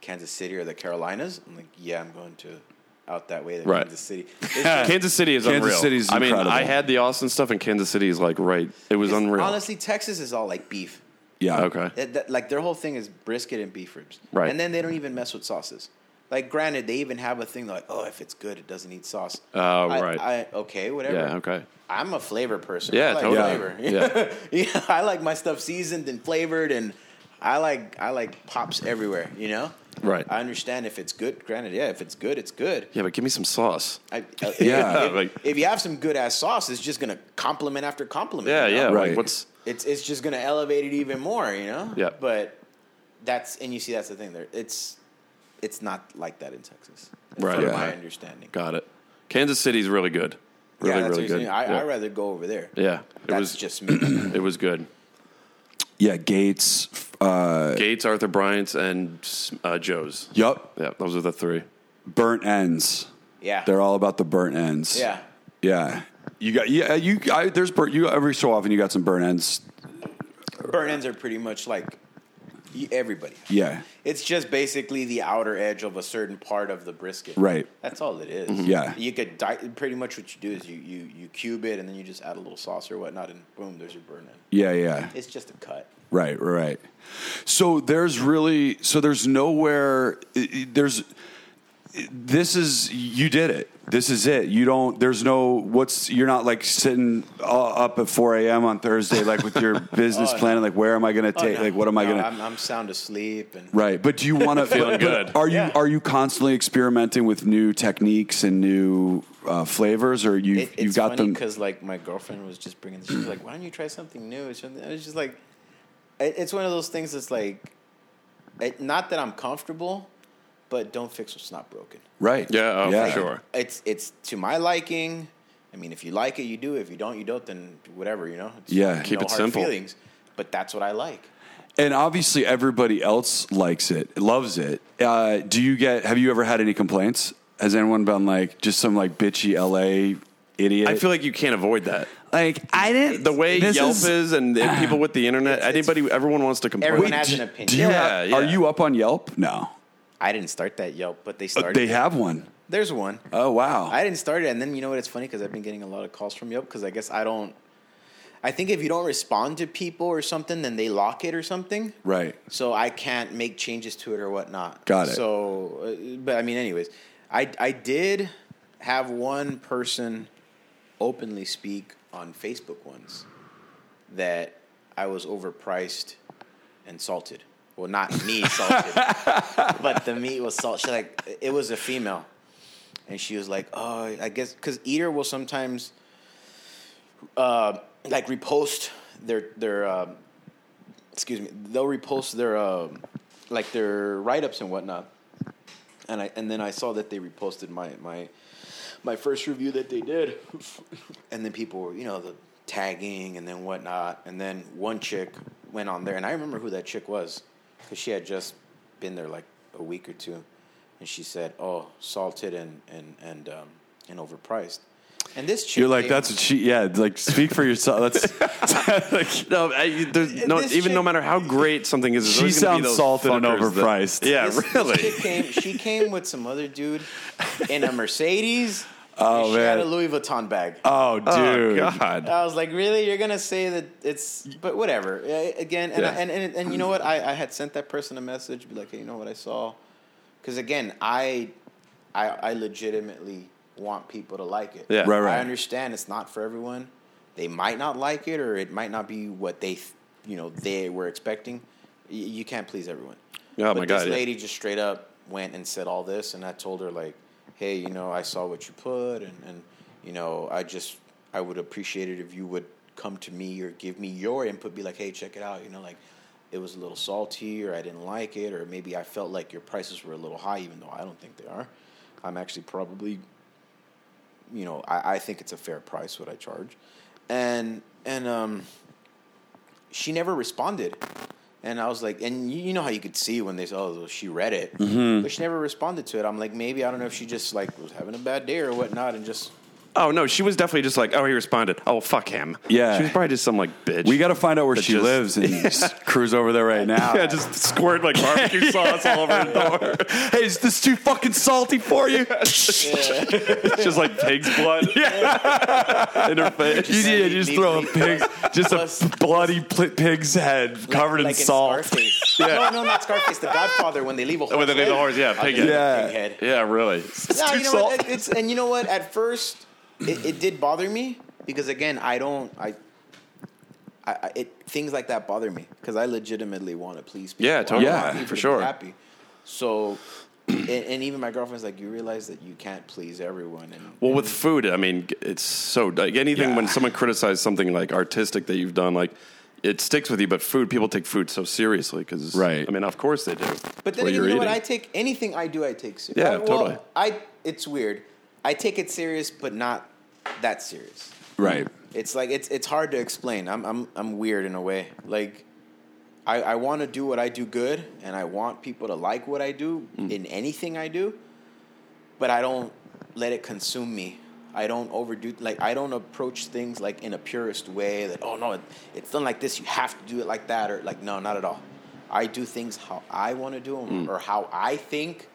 Kansas City or the Carolinas? I'm like, yeah, I'm going to out that way to Right. Kansas City. It's just- Kansas City is Kansas unreal. City's I mean, incredible. I had the Austin stuff, and Kansas City is like right. It was it's- unreal. Honestly, Texas is all like beef. yeah, okay. That, that, like their whole thing is brisket and beef ribs. Right. And then they don't even mess with sauces. Like, granted, they even have a thing like, oh, if it's good, it doesn't need sauce. Oh, I- right. I, okay, whatever. Yeah, okay. I'm a flavor person. Yeah, I like totally. flavor. Yeah. yeah, I like my stuff seasoned and flavored, and I like I like pops everywhere. You know. Right. I understand if it's good. Granted, yeah, if it's good, it's good. Yeah, but give me some sauce. I, uh, Yeah, If, like- if you have some good ass sauce, it's just gonna compliment after compliment. Yeah, you know? yeah. Right. Like what's it's it's just gonna elevate it even more, you know. Yeah. But that's and you see that's the thing there. It's it's not like that in Texas, Right. From Yeah. my understanding. got it? Kansas City's really good. Really, yeah, that's really what you're good. saying. I yeah. I rather go over there. Yeah, it That's was just me. it was good. yeah. Gates, uh, Gates, Arthur Bryant's, and uh, Joe's. yup, Yeah, those are the three. burnt ends. yeah. They're all about the burnt ends. yeah. yeah. You got yeah. You I, there's burnt. You every so often you got some burnt ends. Burn ends are pretty much like y- everybody. Yeah, It's just basically the outer edge of a certain part of the brisket. Right. That's all it is. Mm-hmm. Yeah. You could di- pretty much what you do is you, you you cube it and then you just add a little sauce or whatnot and boom, there's your burn end. yeah, yeah. It's just a cut. Right, right. So there's really so there's nowhere i- i- there's this is you did it. This is it. You don't. There's no. What's you're not like sitting uh, up at 4 a.m. on Thursday like with your business Oh, plan. Like where am I going to Oh, take? Like what am I No, going to? I'm, I'm sound asleep and Right, but do you want to Feeling good. Are you Yeah. are you constantly experimenting with new techniques and new uh, flavors, or you It, you've it's got funny them? because like my girlfriend was just bringing. She was like, "Why don't you try something new?" It's something- I was just like, it, "It's one of those things that's like, it, not that I'm comfortable, but don't fix what's not broken." Right. Yeah, oh, for sure. It's it's to my liking. I mean, if you like it, you do. If you don't, you don't. Then whatever, you know. It's Yeah, keep it simple. Feelings, but that's what I like. and obviously everybody else likes it, loves it. Uh, do you get? Have you ever had any complaints? Has anyone been like just some like bitchy LA idiot? I feel like you can't avoid that. like I didn't The way Yelp is, and, and people with the internet, anybody, everyone wants to complain. Everyone has an opinion. Yeah, yeah. Are you up on Yelp? No, I didn't start that Yelp, but they Uh, started. they have one. There's one. Oh wow! I didn't start it, and then you know what? It's funny because I've been getting a lot of calls from Yelp because I guess I don't. I think if you don't respond to people or something, then they lock it or something. right. So I can't make changes to it or whatnot. Got it. So, uh, but I mean, anyways, I I did have one person openly speak on Facebook once that I was overpriced and salted. Well, not me salted, but the meat was salt. She like it was a female, and she was like, "Oh, I guess because Eater will sometimes uh, like repost their their uh, excuse me, they'll repost their um like their write ups and whatnot." And I and then I saw that they reposted my my my first review that they did, and then people were you know the tagging and then whatnot, and then one chick went on there, and I remember who that chick was because she had just been there like a week or two, and she said, "Oh, salted and and and um, and overpriced," and this chick You're like came- that's what she. Yeah, like speak for yourself. That's like No, I, there's no This even no chick- matter how great something is, there's She always gonna be sounds those salted and fuckers that- overpriced. yeah, This- this really. chick came, she came with some other dude in a Mercedes. Oh, and she had a man. Louis Vuitton bag. oh Oh dude. God. I was like, really? You're gonna say that it's? But whatever. Uh, Again, and, I, Yeah. and and and you know what? I, I had sent that person a message, be like, hey, you know what I saw? Because again, I, I I legitimately want people to like it. Yeah. Right, right. I understand it's not for everyone. They might not like it, or it might not be what they, th- you know, they were expecting. Y- you can't please everyone. Oh, but my God, This yeah. lady just straight up went and said all this, and I told her like, hey, you know, I saw what you put, and, and you know, I just I would appreciate it if you would come to me or give me your input. Be like, hey, check it out. You know, like it was a little salty, or I didn't like it, or maybe I felt like your prices were a little high, even though I don't think they are. I'm actually probably you know, I, I think it's a fair price what I charge. And and um she never responded. And I was like, and you, you know how you could see when they say, oh, well, she read it, but she never responded to it. I'm like, maybe I don't know if she just like was having a bad day or whatnot, and just Oh no, she was definitely just like, oh, he responded. Oh, fuck him. Yeah. she was probably just some like bitch. We got to find out where But she just- lives and just cruise over there right now. yeah, just squirt like barbecue sauce all over the door. hey, is this too fucking salty for you? It's just like pig's blood in her face. You Yeah, did, you just me- throw a me- pig, just Plus- a bloody pl- pig's head covered like in salt. Scarface. No, no, not Scarface. The Godfather when they leave a horse. When they leave the horse, yeah, I'll pig give you a head. pig Yeah. head. Yeah, really. Yeah, too you know salt. what? It's and you know what? At first, it, it did bother me because again, I don't, I, I, I it things like that bother me because I legitimately want to please people. Yeah, I want totally. Yeah, for people to be sure. Happy. So, and, and even my girlfriend's like, you realize that you can't please everyone, and Well, with food, I mean, it's so like anything when Yeah. someone criticizes something like artistic that you've done, like it sticks with you. But food, people take food so seriously because, Right. I mean, of course they do. But then What again, you you're know what? eating. I take anything I do. I take serious. Yeah, I, well, totally. I it's weird. I take it serious, but not that serious. Right. It's like it's it's hard to explain. I'm I'm I'm weird in a way. Like, I I want to do what I do good, and I want people to like what I do in anything I do. But I don't let it consume me. I don't overdo. Like I don't approach things like in a purist way. That oh no, it, it's done like this. You have to do it like that, or like no, not at all. I do things how I want to do them, or how I think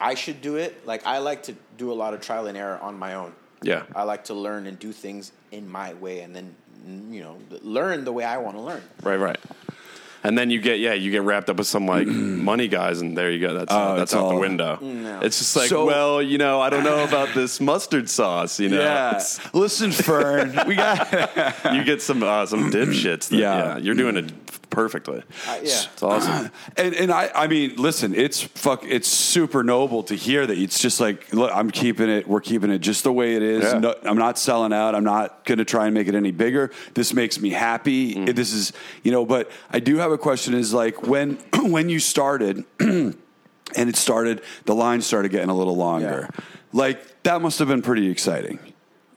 I should do it. Like I like to do a lot of trial and error on my own. yeah, I like to learn and do things in my way, and then mm, you know learn the way I want to learn. right, right. And then you get yeah, you get wrapped up with some like money guys, and there you go. That's Oh, that's it's out the all- window. No. It's just like, So- well, you know, I don't know about this mustard sauce. You know, Yeah. Listen, Fern, we got. you get some uh, some dipshits. That, yeah. Yeah. you're doing it perfectly. Uh, yeah. it's awesome. And and I I mean, listen, it's fuck, it's super noble to hear that. It's just like, look, I'm keeping it. We're keeping it just the way it is. Yeah. No, I'm not selling out. I'm not going to try and make it any bigger. This makes me happy. Mm-hmm. This is you know. But I do have a question. Is like when when you started. and it started the line started getting a little longer Yeah. like that must have been pretty exciting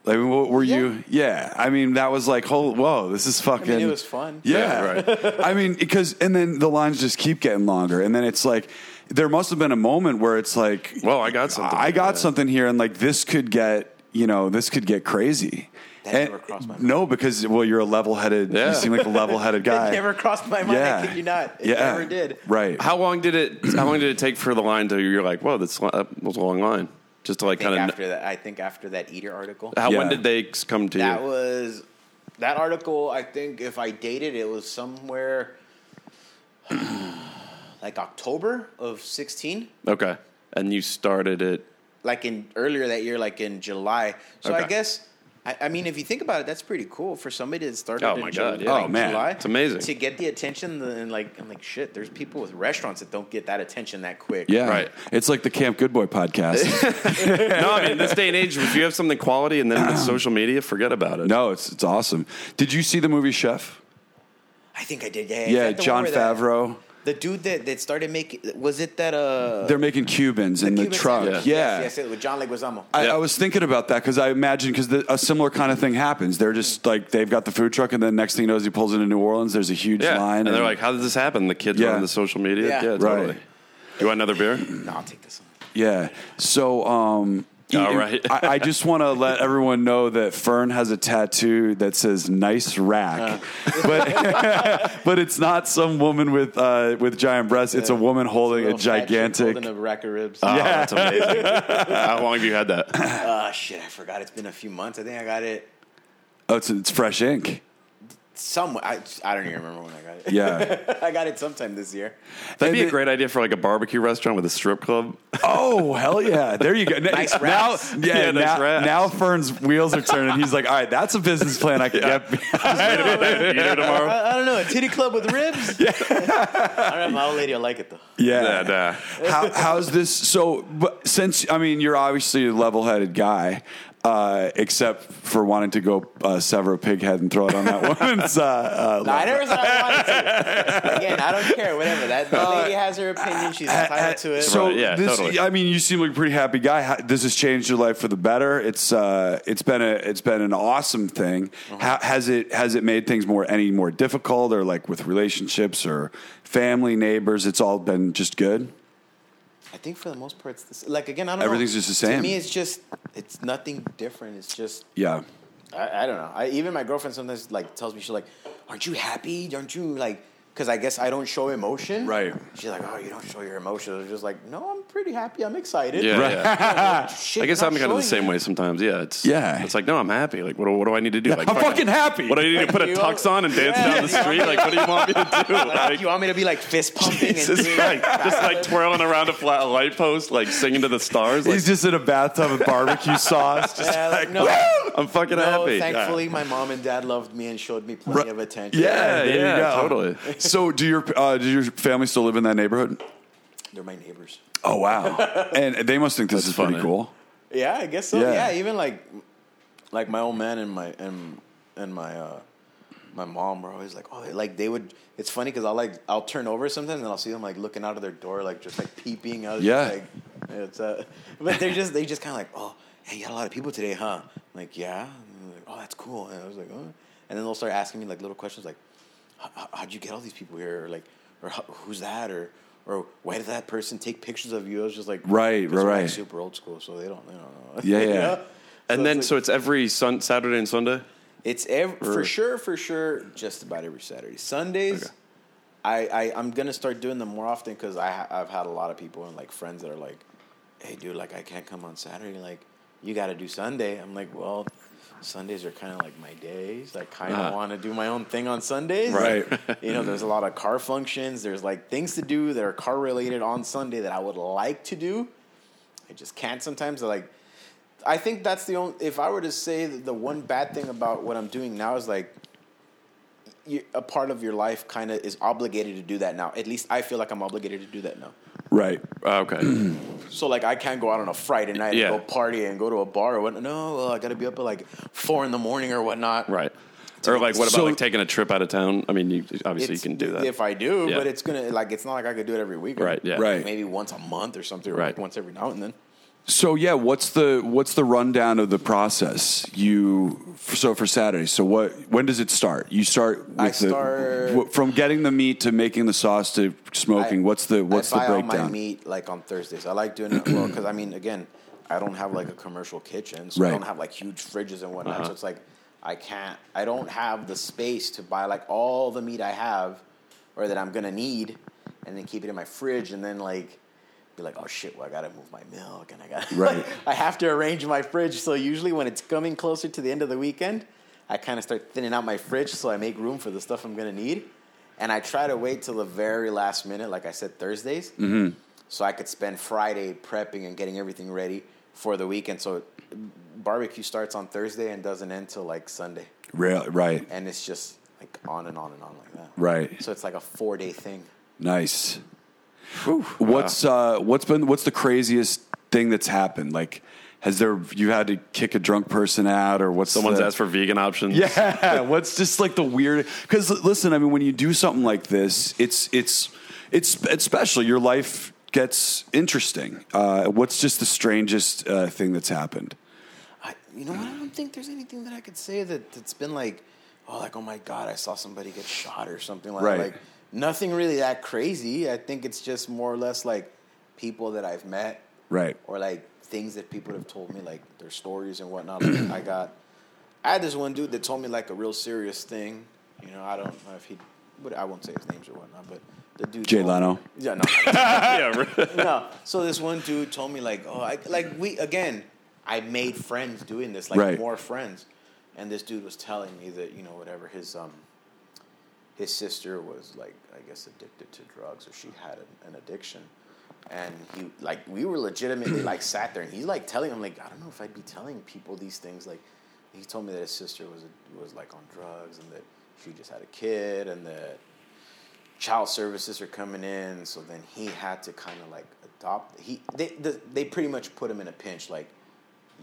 like what were you yeah i mean that was like whole, whoa this is fucking it was fun. yeah, right i mean because and then the lines just keep getting longer and then it's like there must have been a moment where it's like Well, I got something. i got Yeah. something here and like this could get you know this could get crazy That And- never crossed my mind. no because well you're a level-headed Yeah. you seem like a level-headed guy It never crossed my mind. yeah I kid you not. It yeah never did. right How long did it? How long did it take for the line to? You're like, whoa, that's that was a long line. Just to like I think kind of. after that, I think after that Eater article, How when Yeah. did they come to that you? was that article. I think if I dated, it was somewhere like October of sixteen. okay, and you started it. like in earlier that year, like in July. So I Okay. guess I, I mean, if you think about it, that's pretty cool for somebody that started. Oh in my Ju- God, yeah. like Oh, man. July, It's amazing. to get the attention. the- And like, I'm like, shit. There's people with restaurants that don't get that attention that quick. Yeah. Right. It's like the Camp Good Boy podcast. No, I mean, in this day and age, if you have something quality and then with social media, forget about it. no, it's it's awesome. Did you see the movie Chef? I think I did. Yeah, is Yeah, that the one John where that- Favreau. the dude that, that started making was it that uh They're making Cubans in the Cuban truck. sandwich? Yeah. yes, yes, it was John Leguizamo. I, Yeah. I was thinking about that because I imagine because a similar kind of thing happens. They're just like they've got the food truck, and then next thing you know, is he pulls into New Orleans. There's a huge Yeah, line, and, they're like, "How did this happen?" The kids Yeah. were on the social media. Yeah. yeah totally. Right. You want another beer? no, I'll take this one. Yeah. So, um, All you- right. I, I just want to let everyone know that Fern has a tattoo that says "nice rack," but but it's not some woman with uh, with giant breasts. It's a woman holding a, Little fat chick gigantic. Ah. holding a rack of ribs. Oh, that's amazing. How long have you had that? Ah, shit, I forgot. It's been a few months. I think I got it oh, it's, it's fresh ink. Some I, I don't even remember when I got it. Yeah. I got it sometime this year. That'd be And a it- great idea for like a barbecue restaurant with a strip club. Oh hell yeah! There you go. Nice now, raps. yeah, Yeah, nice now, raps. now Fern's wheels are turning. He's like, all right, that's a business plan I can get. You know, tomorrow. I, I don't know. A titty club with ribs? yeah. I don't know. My old lady will like it, though. Yeah, Yeah. nah. How, how's this? So, but since I mean, you're obviously a level-headed guy, uh, except for wanting to go uh, sever a pig head and throw it on that woman's. Uh, uh, No, I never said I wanted to. Again, I don't care. Whatever. That, that lady has her opinion. She's entitled to it. uh, So Right, yeah, this, totally. I mean, you seem like a pretty happy guy. How- This has changed your life for the better. It's uh, it's been a it's been an awesome thing. Uh-huh. How, has it has it made things more any more difficult or like with relationships or family, neighbors? It's all been just good. I think for the most part, it's the s like again. I don't. Everything's know. just the same. To me, it's just it's nothing different. It's just Yeah, I, I don't know. I, even my girlfriend sometimes like tells me she's like, "Aren't you happy? Aren't you like?" Because I guess I don't show emotion. Right. She's like, "Oh, you don't show your emotions." I'm just like, "No, I'm pretty happy. I'm excited." Yeah, Right. yeah. Shit, I guess you're I'm not kind of the showing same it. way sometimes. Yeah, it's Yeah. It's like no, I'm happy. Like what? do- What do I need to do? Like I'm fucking happy. What do I need to put a You- tux on and dance Yeah. down the street? Like what do you want me to do? Like, Like, you want me to be like fist pumping and Jesus doing, Christ. just like twirling around a flat light post, like singing to the stars. Like, He's just in a bathtub with barbecue sauce. Just Yeah, like, like, uh, no, I'm fucking no. happy. Thankfully, my mom and dad loved me and showed me plenty of attention. yeah, Yeah, there yeah, you go. totally. So, do your uh, do your family still live in that neighborhood? they're my neighbors. Oh wow! and they must think this is funny. pretty cool. Yeah, I guess so. Yeah. Yeah, even like like my old man and my and and my uh my mom were always like, oh, they- like they would. It's funny because I'll like I'll turn over sometimes and I'll see them like looking out of their door, like just like peeping. I was Yeah. just like, it's uh, but they're just they just kind of like, oh, hey, you had a lot of people today, huh? I'm like, yeah. And they're like, oh, that's cool. And I was like, oh. and then they'll start asking me like little questions like, "How- how- how'd you get all these people here? Or like, or "How- who's that? Or or why did that person take pictures of you? I was just like, Right, "'Cause right, we're, like, right. Super old school, so they don't they don't know. Yeah, You yeah. know? And So then, it's so like- it's every sun, Saturday and Sunday. it's ev- for Or- sure, for sure, just about every Saturday. Sundays, Okay. I, I I'm gonna start doing them more often because I ha- I've had a lot of people and like friends that are like, hey, dude, like I can't come on Saturday, like you got to do Sunday. I'm like, well. Sundays are kind of like my days. I kind of Uh-huh. want to do my own thing on Sundays. Right. you know, there's a lot of car functions. There's like things to do that are car related on Sunday that I would like to do. I just can't sometimes. Like, I think that's the only. If I were to say that the one bad thing about what I'm doing now is like, you, a part of your life kind of is obligated to do that now. At least I feel like I'm obligated to do that now. Right. Oh, okay. So like, I can't go out on a Friday night Yeah. and go party and go to a bar or what. No, well, I got to be up at like four in the morning or whatnot. Right. Or like, what about So- like taking a trip out of town? I mean, you, obviously you It's- can do that. if I do, Yeah. but it's gonna like it's not like I could do it every week. Right, yeah. Right. Maybe once a month or something, or Right. like once every now and then. So yeah, what's the what's the rundown of the process? You so for Saturday. So what? When does it start? You start. With I the- start- wh- from getting the meat to making the sauce to smoking. I- what's the what's the I buy all my breakdown? meat like on Thursdays. I like doing it well because I mean, again, I don't have like a commercial kitchen, so Right. I don't have like huge fridges and Uh-huh. whatnot. So it's like I can't, I don't have the space to buy like all the meat I have or that I'm gonna need, and then keep it in my fridge, and then like be like, oh shit, well I gotta move my milk, and I gotta, Right. I have to arrange my fridge. So usually when it's coming closer to the end of the weekend, I kind of start thinning out my fridge so I make room for the stuff I'm gonna need. And I try to wait till the very last minute, like I said, Thursdays, Mm-hmm. so I could spend Friday prepping and getting everything ready for the weekend. So barbecue starts on Thursday and doesn't end till like Sunday, Real, right. and it's just like on and on and on like that. Right. So it's like a four day thing. Nice. What's uh, what's been what's the craziest thing that's happened? Like, has there you had to kick a drunk person out, or what's Someone's the, asked for vegan options. Yeah, what's just like the weird? Because listen, I mean, when you do something like this, it's it's it's it's special. Your life gets interesting. Uh, what's just the strangest uh, thing that's happened? I, you know what? I don't think there's anything that I could say that that's been like, oh, like oh my god, I saw somebody get shot or something like Right. like nothing really that crazy. I think it's just more or less like people that I've met, Right. or like things that people have told me, like their stories and whatnot. Like, I got, I had this one dude that told me like a real serious thing. You know, I don't know if he, but I won't say his names or whatnot, but. The dude Jay told me- Leno. Yeah, no, yeah. right. no. So this one dude told me like, oh, I, like we again, I made friends doing this, like Right. more friends. And this dude was telling me that you know whatever his um, his sister was like I guess addicted to drugs or she had an, an addiction. And he like we were legitimately like sat there and he's like telling him like I don't know if I'd be telling people these things like he told me that his sister was was like on drugs and that she just had a kid and that child services are coming in so then he had to kind of like adopt he they the, they pretty much put him in a pinch like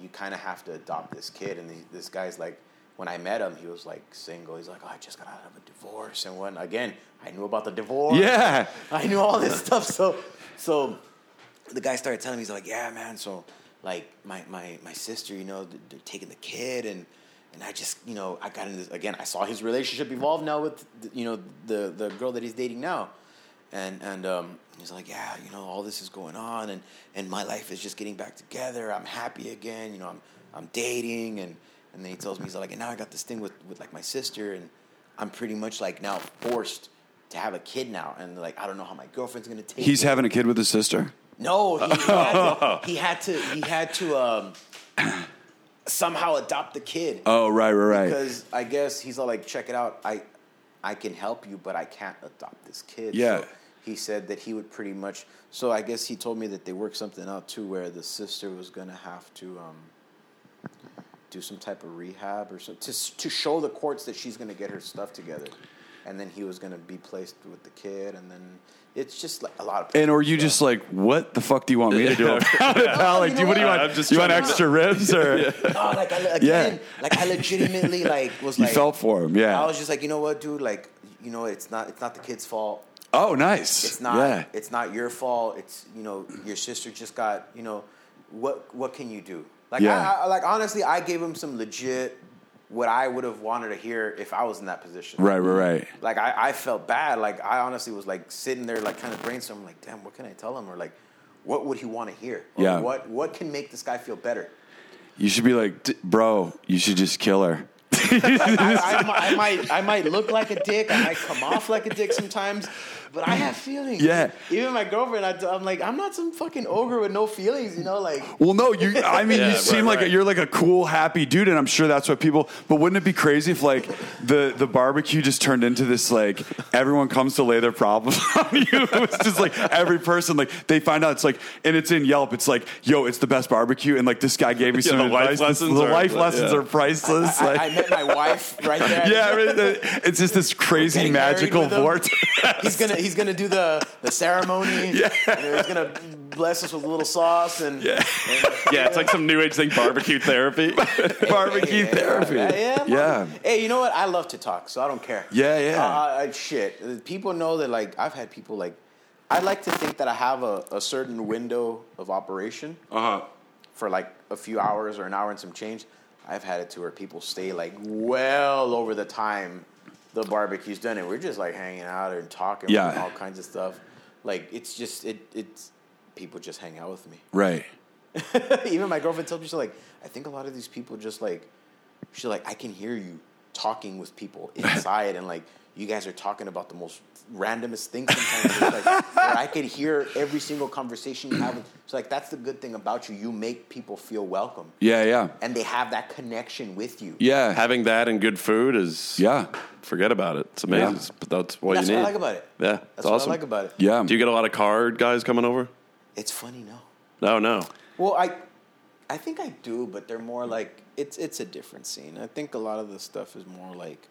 you kind of have to adopt this kid and the, this guy's like when I met him he was like single he's like oh, I just got out of a divorce and when again I knew about the divorce Yeah. I knew all this stuff so so the guy started telling me he's like yeah man so like my my my sister you know th- they're taking the kid and and I just you know I got in this again I saw his relationship evolve now with th- you know the the girl that he's dating now and and um, he's like yeah you know all this is going on and and my life is just getting back together I'm happy again you know I'm I'm dating and and then he tells me he's like and now I got this thing with with like my sister and I'm pretty much like now forced to have a kid now and like I don't know how my girlfriend's gonna take He's it. having a kid with his sister. No, he, he, had to, he had to. He had to um, somehow adopt the kid Oh, right, right, right. because I guess he's all like, "Check it out, I, I can help you, but I can't adopt this kid." Yeah. So he said that he would pretty much. So I guess he told me that they worked something out too, where the sister was gonna have to um, do some type of rehab or something to s- to show the courts that she's gonna get her stuff together, and then he was gonna be placed with the kid, and then it's just like a lot of. And or you just like, what the fuck do you want me to do about it, pal? Like, do, what do you what? want? I'm just you want trying to- extra ribs or No, like I le- again, Yeah. like I legitimately like was you like felt for him? Yeah. I was just like, you know what, dude? Like, you know, it's not it's not the kid's fault. oh, nice. It's not Yeah. it's not your fault. It's you know your sister just got you know what what can you do? Like Yeah. I, I, like honestly, I gave him some legit what I would have wanted to hear if I was in that position. Right, right, right. Like I, I felt bad. Like I honestly was like sitting there like trying to brainstorm. Like damn, what can I tell him? Or like, what would he want to hear? Or Yeah. What what can make this guy feel better? You should be like, D- bro. You should just kill her. I, I, mi- I might I might look like a dick. I might come off like a dick sometimes, but I have feelings. Yeah. Even my girlfriend, I, am like, I'm not some fucking ogre with no feelings. You know, like Well, no, you. I mean, Yeah, you right, seem like a, right. you're like a cool, happy dude, and I'm sure that's what people. But wouldn't it be crazy if like the the barbecue just turned into this like everyone comes to lay their problems on you? It's just like every person like they find out it's like, and it's in Yelp. It's like, yo, it's the best barbecue, and like this guy gave me Yeah, some the advice. life This- lessons the are- life yeah. lessons are priceless. I, like, I met my wife right there. yeah, I mean, the- it's just this crazy Getting married magical with him. vortex. He's gonna he's gonna do the the ceremony. Yeah. he's gonna bless us with a little sauce and yeah, Yeah, it's like some new age thing, barbecue therapy. barbecue therapy. yeah, yeah. Hey, you know what? I love to talk, so I don't care. Yeah, yeah. Uh, I- shit, people know that. Like, I've had people like. I like to think that I have a, a certain window of operation Uh-huh. for like a few hours or an hour and some change. I've had it to where people stay like well over the time the barbecue's done, and we're just like hanging out and talking, Yeah. and all kinds of stuff. Like it's just it it's people just hang out with me. Right. Even my girlfriend tells me she's like, I think a lot of these people just like, she's like, I can hear you talking with people inside, and like, you guys are talking about the most randomest things sometimes. It's like, where I could hear every single conversation you have. It's like that's the good thing about you. You make people feel welcome, Yeah. Yeah. and they have that connection with you. Yeah. Having that and good food is Yeah. Forget about it. It's amazing, Yeah. but that's what That's you need. what I like about it. Yeah, that's it's what awesome. I like about it. Yeah. Do you get a lot of card guys coming over? It's funny now. No, no. Well, I, I think I do, but they're more like it's it's a different scene. I think a lot of the stuff is more like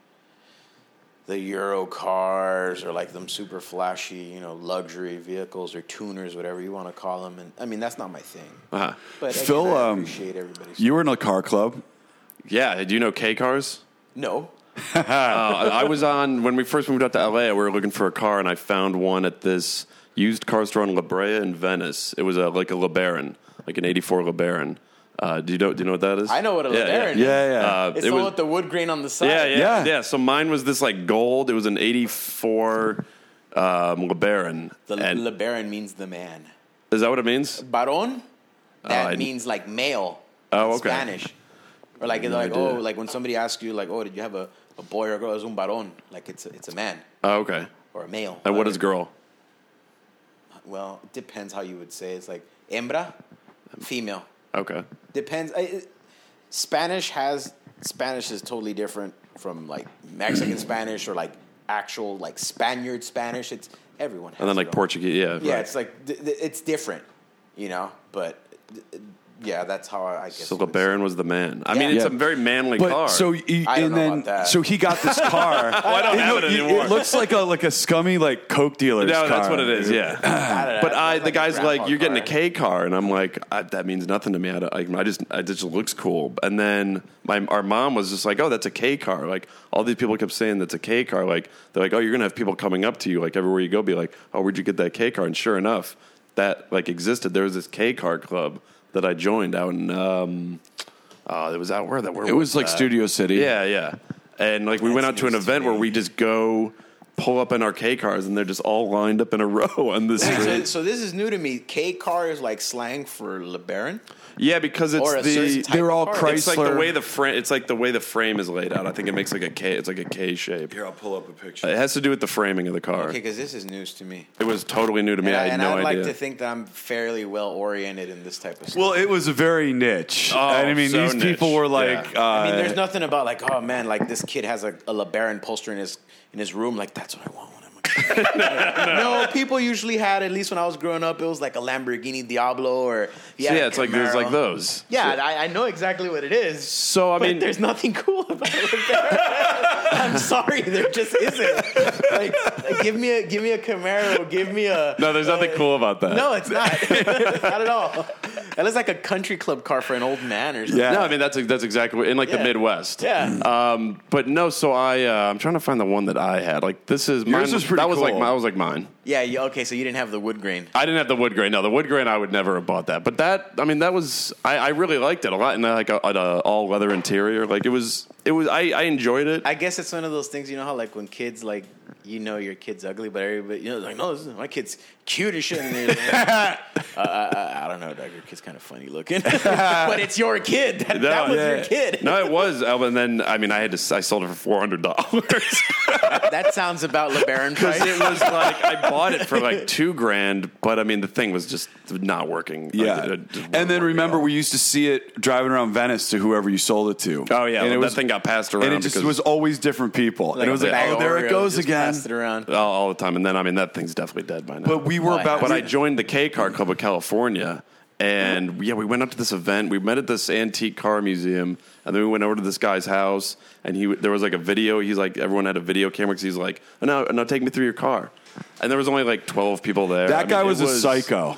the Euro cars or like them super flashy, you know, luxury vehicles or tuners, whatever you want to call them. And I mean, that's not my thing. Uh-huh. But again, Phil, I um, appreciate everybody's. You were in a car club. Yeah. Do you know K cars? no, Uh, I was on when we first moved out to LA. We were looking for a car, and I found one at this used car store in La Brea in Venice. It was a, like a LeBaron, like an '84 LeBaron. Uh, do you know? Do you know what that is? I know what a Yeah, LeBaron Yeah, is. Yeah, yeah. Uh, it's it all was- with the wood grain on the side. yeah, yeah, Yeah. yeah. So mine was this like gold. It was an '84 um, LeBaron. The And- Le Baron means the man. is that what it means? Baron, that Uh, I- means like male. Oh, in okay. Spanish. Or like, it's No like idea. oh, like when somebody asks you, like, oh, did you have a, a boy or a girl? It's un baron. Like, it's a, it's a man Oh, okay. or a male. And what Uh, is girl? Well, it depends how you would say it. It's like hembra, Um, female. Okay. Depends. I, it- Spanish has, Spanish is totally different from like Mexican Spanish or like actual like Spaniard Spanish. It's everyone. Has and then it like all. Portuguese. Yeah, Yeah, right. it's like th- th- it's different, you know. But th- th- yeah, that's how I, I guess. so it would- LeBaron was the man. I mean, Yeah. it's a Yeah. very manly But car. so he, I don't and know then about that. so he got this car. I don't It have look- it anymore. It looks like a like a scummy like coke dealer's no, car. that's what it is. Yeah. I don't know, But it's I, like the a guy's grandpa like, "You're getting a car. K car," and I'm like, I, "That means nothing to me. I, don't- I, I just, I it just looks cool." And then my our mom was just like, "Oh, that's a K car." Like all these people kept saying that's a K car. Like they're like, "Oh, you're gonna have people coming up to you like everywhere you go, be like, oh, where'd you get that K car?'" And sure enough, that like existed. There was this K car club that I joined out in. Um, uh, it was out where that where It was like that? Studio City. Uh, Yeah, yeah. And like we went out to an news to event where me. we just go pull up in our K cars and they're just all lined up in a row on the So, street. so this is new to me. K car is like slang for LeBaron. yeah, because it's Or a certain the type They're all of car. Chrysler. it's like the way the frame it's like the way the frame is laid out. I think it makes like a K it's like a K shape. Here, I'll pull up a picture. It has to do with the framing of the car. Okay, because this is news to me. It was totally new to me. And, I I, had and no idea. I'd like to think that I'm fairly well oriented in this type of stuff. Well, it was very niche. and I mean, Oh, so these niche. people were like, Yeah. uh, I mean, there's nothing about like, oh man, like this kid has a, a LeBaron poster in his in his room. Like that's what I want when I'm. a kid. no, people usually had at least when I was growing up, it was like a Lamborghini Diablo or So, yeah, yeah, it's like there's like those. those. Yeah, I, I know exactly what it is. So I but mean there's nothing cool about it. I'm sorry, there just isn't. Like, like, give me a give me a Camaro, give me a No, there's nothing uh, cool about that. No, it's not. not at all. That looks like a country club car for an old man or something. Yeah. No, I mean that's that's exactly what- in like the Yeah. Midwest. Yeah. Um, but no, so I uh, I'm trying to find the one that I had. Like this is mine. was pretty that was like cool. my, I was like mine. Yeah, you, okay, so you didn't have the wood grain. I didn't have the wood grain. No, the wood grain I would never have bought that. But that I mean that was I, I really liked it a lot and I like a, an uh, all leather interior. Like it was it was I, I enjoyed it. I guess it's one of those things, you know how like when kids like you know your kid's ugly, but everybody you know like no, this is, my kid's cute as shit. And they're like, uh, uh, I don't know, dog. Your kid's kind of funny looking, but it's your kid. That, that was yeah. your kid. no, it was. Um, and then I mean I had to s- I sold it for four hundred dollars. That sounds about LeBaron price. Because it was like I bought it for like two grand, but I mean the thing was just not working. Like, yeah. it- it just wasn't and then working remember, at all. we used to see it driving around Venice to whoever you sold it to. oh yeah, and well, it that was, thing got passed around. and it just because- was always different people. and it was a like, bag oh, of there Oreos, it goes just again. passed it around. all, all the time. And then I mean that thing's definitely dead by now. But we were Well, I about. have- but I joined the K Car Club of California, and yeah, we went up to this event. We met at this antique car museum, and then we went over to this guy's house, and he there was like a video. He's like everyone had a video camera because he's like, oh, no, no, take me through your car. And there was only like twelve people there. I that mean, guy it was, a psycho.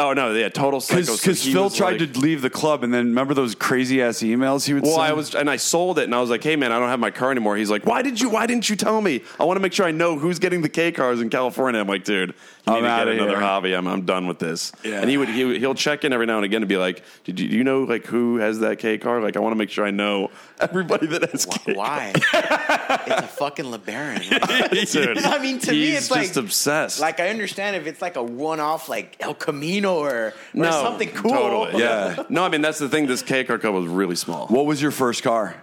Oh no, yeah, total psycho. So Because he Phil was, tried like- to leave the club, and then remember those crazy ass emails he would Well, send? I was and I sold it, and I was like, "Hey, man, I don't have my car anymore." He's like, "Why did you? Why didn't you tell me? I want to make sure I know who's getting the K cars in California." I'm like, "Dude, you I'm need to get outta another here." hobby. I'm, I'm done with this." Yeah. And he would he, would- he'll check in every now and again and be like, "Did you, do you know like who has that K car? Like, I want to make sure I know everybody that has K." Why? it's a fucking LeBaron. Dude, I mean, to me, he's it's just like- obsessed. like I understand if it's like a one-off, like El Camino or, or something cool. Totally. Yeah. no, I mean that's the thing. This K car club was really small. what was your first car?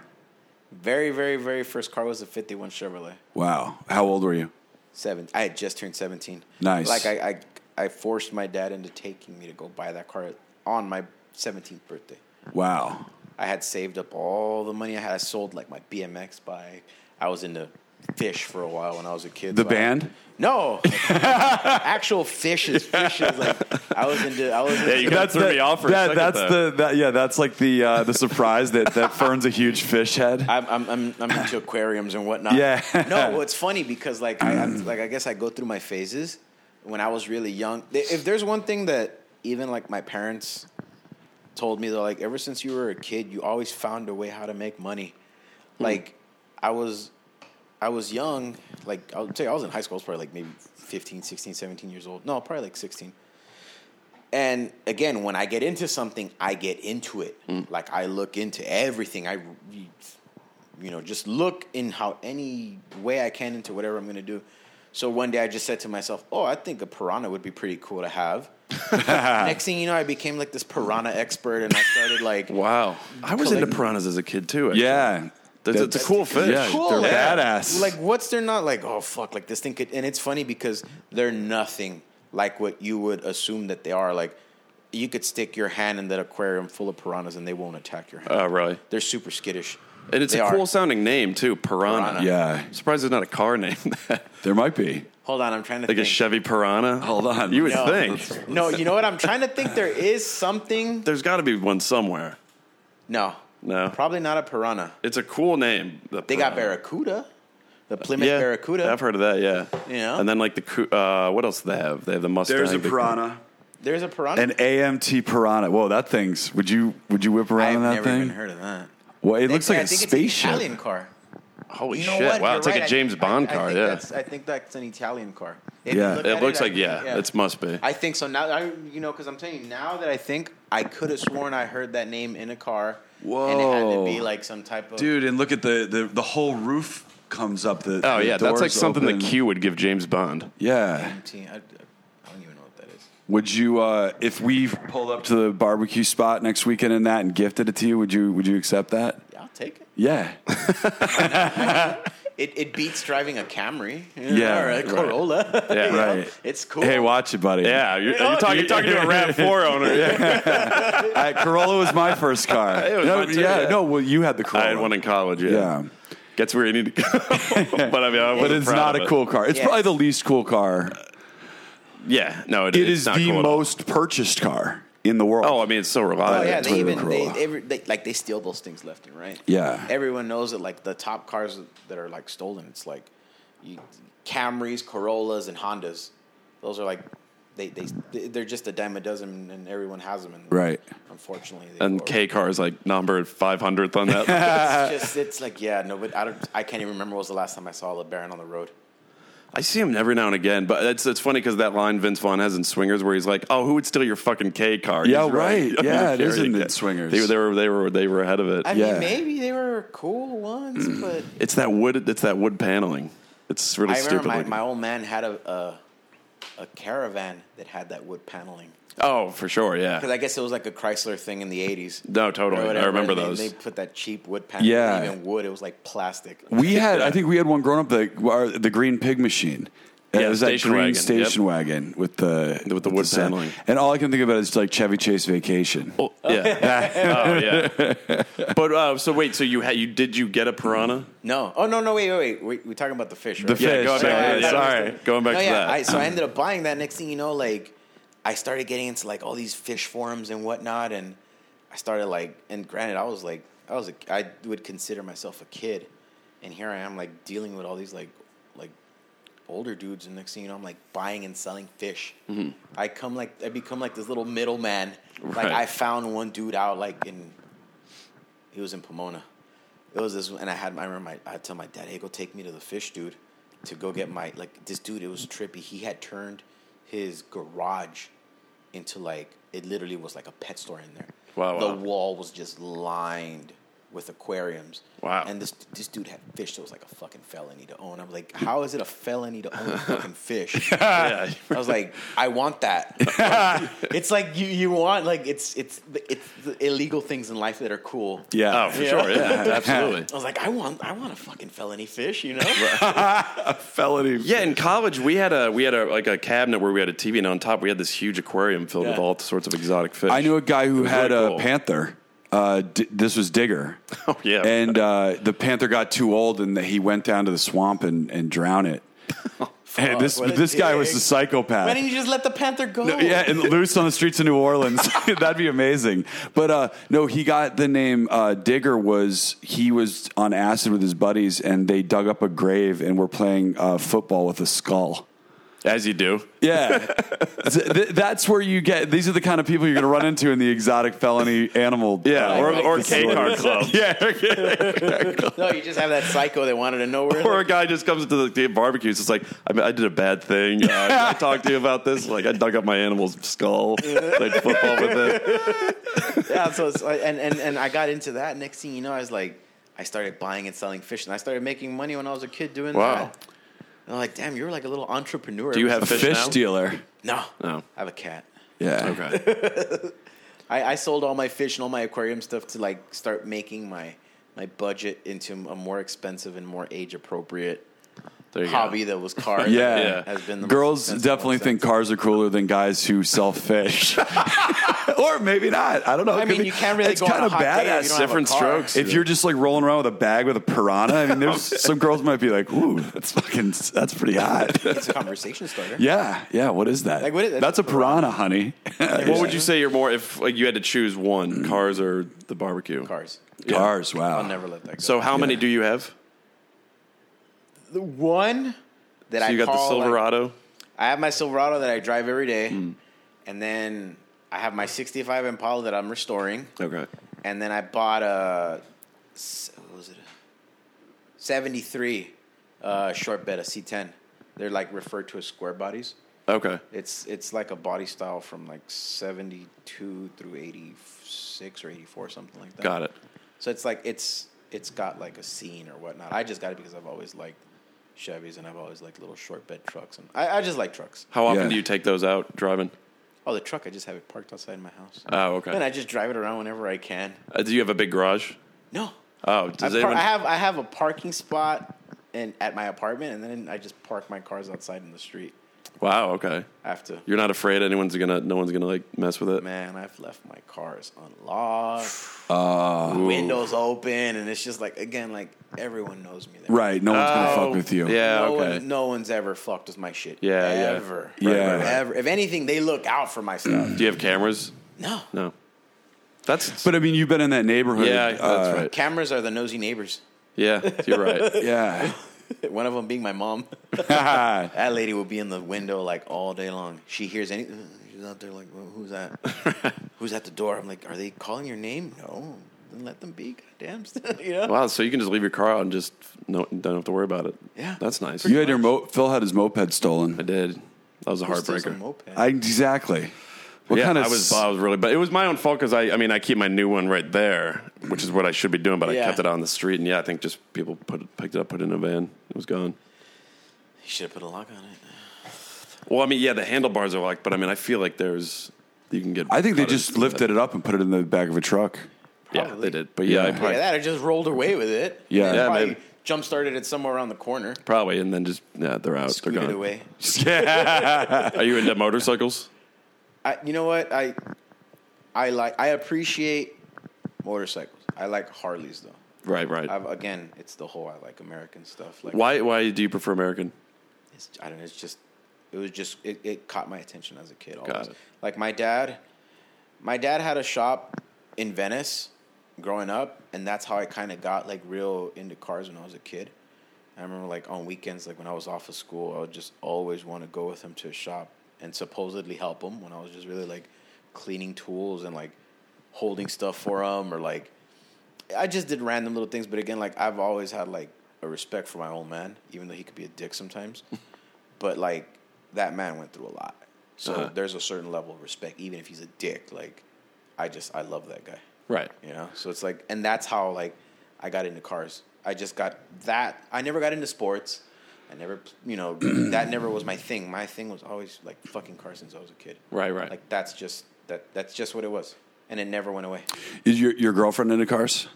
Very, very, very first car was a '51 Chevrolet. Wow. How old were you? Seven. I had just turned seventeen. Nice. Like I, I, I forced my dad into taking me to go buy that car on my seventeenth birthday. Wow. I had saved up all the money I had. I sold like my BMX bike. I was into fish for a while when I was a kid. The so I- band? no, actual fishes. Fishes. Like I was into. I was. Into, you kinda threw me off for a that- second that's there. the that, yeah that's like the uh, the surprise that that Fern's a huge fish head. I'm, I'm, I'm, I'm into aquariums and whatnot. Yeah. no, well, it's funny because like I, I'm, like I guess I go through my phases. When I was really young, th- if there's one thing that even like my parents told me, they're like, ever since you were a kid, you always found a way how to make money. Like I was, I was young. Like I'll tell you, I was in high school. I was probably like maybe 15, 16, 17 years old. No, probably like 16. And again, when I get into something, I get into it. Like I look into everything. I, you know, just look in how any way I can into whatever I'm going to do. So one day I just said to myself, "Oh, I think a piranha would be pretty cool to have." Next thing you know, I became like this piranha expert, and I started like, wow, I was into Collect- piranhas as a kid too. actually. yeah, That's- it's a cool fish. Yeah, cool. they're like- badass. Like, what's they're not like, oh, fuck, like this thing could. And it's funny because they're nothing like what you would assume that they are. Like, you could stick your hand in that aquarium full of piranhas and they won't attack your hand. Oh, really? they're super skittish. And it's They a are. cool sounding name too, Piranha. Piranha. Yeah, I'm surprised there's not a car name that. there might be. Hold on, I'm trying to Like a think. Chevy Piranha. Hold on. You would Oh, No. think. no, you know what? I'm trying to think. There is something. There's got to be one somewhere. No, No. probably not a piranha. It's a cool name. the They got Piranha. barracuda, the Plymouth Yeah, barracuda. I've heard of that. Yeah. You know? And then like the coo- uh, what else do they have? They have the Mustang. There's a the- piranha. There's a piranha. An AMT piranha. Whoa, that thing's. Would you would you whip around I've in that never thing? even heard of that. Well, it They looks say- like I a think it's spaceship. an Italian car. Holy You know shit! what? Wow, You're it's like right. a James I- Bond I, car. think Yeah. that's- I think that's an Italian car. If you Yeah. look at It looks I like think- yeah, It must be. I think so. Now I, you know, because I'm telling you now that I think I could have sworn I heard that name in a car. And it had to Whoa. be like some type of Dude, and look at the the, the whole roof comes up. The Oh the yeah, that's like doors something open. that Q would give James Bond. Yeah. MT. I, I don't even know what that is. Would you uh, if we pulled up to the barbecue spot next weekend and that and gifted it to you? Would you would you accept that? Yeah, I'll take it. Yeah. It, it beats driving a Camry. you Yeah, or a right. Corolla. Yeah. you know? Right. It's cool. hey, watch it, buddy. Yeah, you're, Oh, you're, talking, you're talking to a Rav Four owner. I, Corolla was my first car. It was no, mine too, yeah, yeah. No, well, you had the I Corolla. had one in college. Yeah. Yeah. Gets where you need to go. but I mean, I But wasn't it's proud not of a it. cool car. It's Yeah. probably the least cool car. Yeah, no, it, It it's is not the cool at all. most purchased car in the world. Oh, I mean, it's so Oh reliable. yeah, Toyota they even they, Corolla. every, they like they steal those things left and right. Yeah. everyone knows that like the top cars that are like stolen, it's like you, Camrys, Corollas, and Hondas. Those are like they they they're just a dime a dozen, and everyone has them. And Right. unfortunately, they and or- K car is like number five hundredth on that. It's just it's like yeah, no, but I don't. I can't even remember what was the last time I saw a Baron on the road. I see him every now and again, but it's it's funny because that line Vince Vaughn has in Swingers where he's like, "Oh, who would steal your fucking K car?" Yeah, He's right. Yeah, it is in They- Swingers. They, they were they were they were ahead of it. I Yeah. mean, maybe they were cool ones, but it's that wood. It's that wood paneling. It's really I remember stupid. my, looking. my old man had a, a a caravan that had that wood paneling. oh, for sure. Because Yeah. I guess it was like a Chrysler thing in the eighties. No, totally. I remember those. They put that cheap wood panel. Yeah. Yeah, even wood. It was like plastic. We had, I think we had one grown up the our, the green pig machine. And Yeah, it was that station green wagon, station wagon with the the wood sun. paneling. And all I can think about is like Chevy Chase Vacation. Oh, yeah. oh, yeah. But uh, so wait, so you had you did you get a piranha? No. Oh no no wait wait wait. We- We're talking about the fish. Right? The Yeah, Fish. going Yeah, back. yeah, yeah. sorry, going back No, to yeah. that. I, so I ended up buying that. Next thing you know, like I started getting into like all these fish forums and whatnot, and I started like. And granted, I was like, I was, a, I would consider myself a kid, and here I am like dealing with all these like, like older dudes, and next thing you know, I'm like buying and selling fish. Mm-hmm. I come like I become like this little middleman. Like Right. I found one dude out like in, he was in Pomona. It was this, and I had I remember my, I tell my dad, hey, go take me to the fish, dude, to go get my like this dude. It was trippy. He had turned his garage into like it literally was like a pet store in there. Wow, The wow. wall was just lined with aquariums. Wow. And this this dude had fish that was like a fucking felony to own. I'm like, how is it a felony to own fucking fish? yeah. I was like, I want that. it's like you you want like it's it's the, it's the illegal things in life that are cool. Oh, for sure. Yeah, absolutely. I was like, I want I want a fucking felony fish, you know? felony. Yeah, in college we had a we had a like a cabinet where we had a TV and on top we had this huge aquarium filled with Yeah. all sorts of exotic fish. I knew a guy who had really a cool. panther. Uh, D- this was Digger. Oh, yeah. And uh, the panther got too old, and he went down to the swamp and, and drowned it. hey, this what a this guy was dick. a psychopath. Why didn't you just let the panther go? No, yeah, and loose on the streets of New Orleans. That'd be amazing. But uh, no, he got the name uh, Digger. Was he was on acid with his buddies, and they dug up a grave and were playing uh, football with a skull. as you do. Yeah, Th- th- that's where you get. These are the kind of people you're going to run into in the exotic felony animal. Yeah, uh, or or K facility. card club. No, you just have that psycho that wanted to know where Or a guy just comes to the, the barbecue. It's just like I, mean, I did a bad thing. Uh, I talked to you about this. Like I dug up my animal's skull, played football with it. yeah, so it's, and, and and I got into that. Next thing you know, I was like, I started buying and selling fish, and I started making money when I was a kid doing Wow. that. And I'm like, damn, you're like a little entrepreneur. Do you have a fish, fish, now? dealer. No, No. I have a cat. Yeah. Okay. I, I sold all my fish and all my aquarium stuff to like start making my my budget into a more expensive and more age appropriate There you hobby go. that was cars. Yeah. Yeah. has been the most Girls expensive definitely one. think cars are cooler than guys who sell fish. or maybe not. I don't know. It I could mean, be- you can't really It's go on kind a of hot day if badass. you don't have a different car. strokes. If you're just like rolling around with a bag with a piranha, I mean, there's some girls might be like, "Ooh, that's fucking, that's pretty hot." it's a conversation starter. yeah, yeah. What is that? Like, what is- that's that's a piranha, honey. What would you say you're more if like you had to choose one, cars or the barbecue? Cars. Cars. Wow. I'll never let that go. So how many do you have? the one that So I you got the call, like, Silverado. Hmm. I have my Silverado that I drive every day, and then I have my '65 Impala that I'm restoring, okay. and then I bought a s- what was it? '73 uh, short bed, a C10. They're like referred to as square bodies. Okay. It's it's like a body style from like '72 through '86 or '84, something like that. Got it. So it's like it's it's got like a scene or whatnot. I just got it because I've always liked Chevys and I've always liked little short bed trucks and I, I just like trucks. How often Yeah. do you take those out driving? Oh, the truck I just have it parked outside my house. Oh, okay. and I just drive it around whenever I can. Uh, do you have a big garage? No, Oh, I, does par- anyone? I have I have a parking spot in at my apartment and then I just park my cars outside in the street. wow. Okay. I have to. You're not afraid anyone's gonna, no one's gonna like mess with it. Man, I've left my cars unlocked, windows open, and it's just like again, like everyone knows me. There. Right. No one's gonna Oh, fuck with you. Yeah. no, okay. one, no one's ever fucked with my shit. Yeah, yeah. Ever. Yeah. Ever. Ever. If anything, they look out for my stuff. Do you have cameras? no. No. That's But I mean, you've been in that neighborhood. yeah. That's uh, right. Cameras are the nosy neighbors. Yeah, you're right. Yeah. One of them being my mom. yeah. that lady will be in the window like all day long. She hears any. She's out there like, "Well, who's that? who's at the door? I'm like, are they calling your name? No. Then let them be. Goddamn. you know? Wow. So you can just leave your car out and just no, don't have to worry about it. Yeah. That's nice. You had your mo- Phil had his moped stolen. I did. That was a Who steals a heartbreaker. moped? I exactly. What yeah, kind of I was. I was really. But it was my own fault because I. I mean, I keep my new one right there, which is what I should be doing. But I Yeah. kept it on the street, and yeah, I think just people put it, picked it up, put it in a van. It was gone. you should have put a lock on it. Well, I mean, yeah, the handlebars are locked, but I mean, I feel like there's. You can get. I think they caught in- just lifted it up and put it in the back of a truck. Yeah, Probably. they did. But yeah, I Yeah. probably, Yeah, that I just rolled away with it. Yeah. Yeah, maybe. Jump started it somewhere around the corner. probably, and then just yeah, they're out. Scoot they're it gone. away. Are you into motorcycles? I, you know what? I I like I appreciate motorcycles. I like Harleys though. Right, right. I've, again, it's the whole I like American stuff. Like Why? Why do you prefer American? It's, I don't know. It's just it was just it, it caught my attention as a kid. Always. Got it. Like my dad, my dad had a shop in Venice growing up, and that's how I kind of got like real into cars when I was a kid. I remember like on weekends, like when I was off of school, I would just always want to go with him to a shop and supposedly help him when I was just really like cleaning tools and like holding stuff for him or like I just did random little things, but again, like I've always had like a respect for my old man, even though he could be a dick sometimes. but like that man went through a lot, so Uh-huh. there's a certain level of respect, even if he's a dick. Like I just I love that guy, Right. you know. So it's like, and that's how like I got into cars. I just got that. I never got into sports. I never, you know, that never was my thing. My thing was always like fucking cars since I was a kid. Right, right. Like that's just that. That's just what it was, and it never went away. Is your your girlfriend into cars?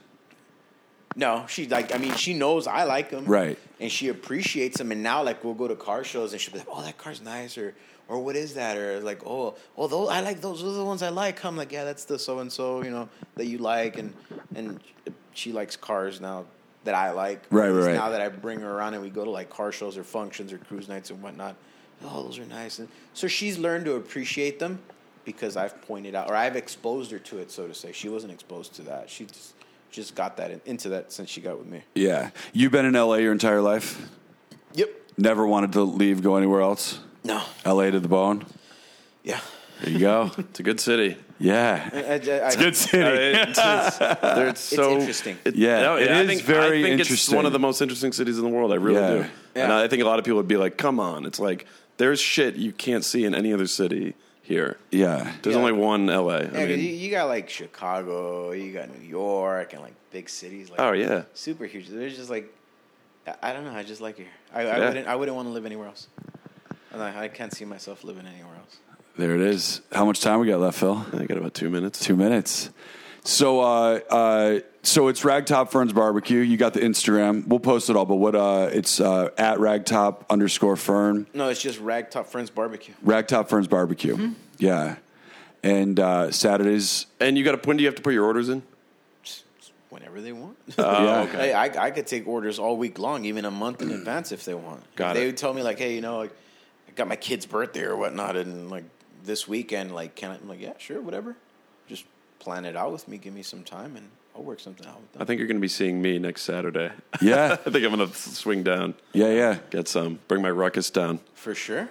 No, she like. I mean, she knows I like them, Right. And she appreciates them. And now, like, we'll go to car shows, and she'll be like, "Oh, that car's nice," or "Or what is that?" Or like, "Oh, oh, those I like those. Those are the ones I like." I'm like, "Yeah, that's the so and so, you know, that you like." And and she likes cars now that I like. Right, At least right, right. Now that I bring her around and we go to like car shows or functions or cruise nights and whatnot. Oh, those are nice. And so she's learned to appreciate them because I've pointed out or I've exposed her to it, so to say. She wasn't exposed to that. She just just got that in, into that since she got with me. Yeah. You've been in LA your entire life? Yep. Never wanted to leave, go anywhere else? No. LA to the bone? Yeah. There you go. It's a good city. yeah. I, I, I, Good Uh, city. it's, it's- there- it's so interesting. Yeah, no, it I is think, very I think It's interesting. one of the most interesting cities in the world. I really Yeah. do. And Yeah. I think a lot of people would be like, "Come on!" It's like there's shit you can't see in any other city here. Yeah. There's Yeah. only one LA. I yeah, 'cause mean, you, you got like Chicago, you got New York, and like big cities. Like, oh yeah, super huge. There's just like, I- I don't know. I just like it here. I, I Yeah. wouldn't. I wouldn't want to live anywhere else. I, don't know, I can't see myself living anywhere else. There it is. How much time we got left, Phil? I got about two minutes. Two minutes. So uh uh so it's Ragtop Ferns Barbecue. You got the Instagram. We'll post it all, but what uh it's uh at ragtop underscore fern. No, it's just Ragtop Friends Barbecue. Mm-hmm. Ragtop Ferns Barbecue. Yeah. and uh, Saturdays. And you got to when do you have to put your orders in? whenever they want. Oh, yeah. Hey, I, I could take orders all week long, even a month in advance if they want. Got they it. would tell me like, hey, you know, like, I got my kid's birthday or whatnot, and like this weekend, like, can I? I'm like, yeah, sure, whatever. Just plan it out with me. Give me some time, and I'll work something out with I them. think you're going to be seeing me next Saturday. Yeah. I think I'm going to swing down, Yeah, yeah. get some, bring my ruckus down. For sure.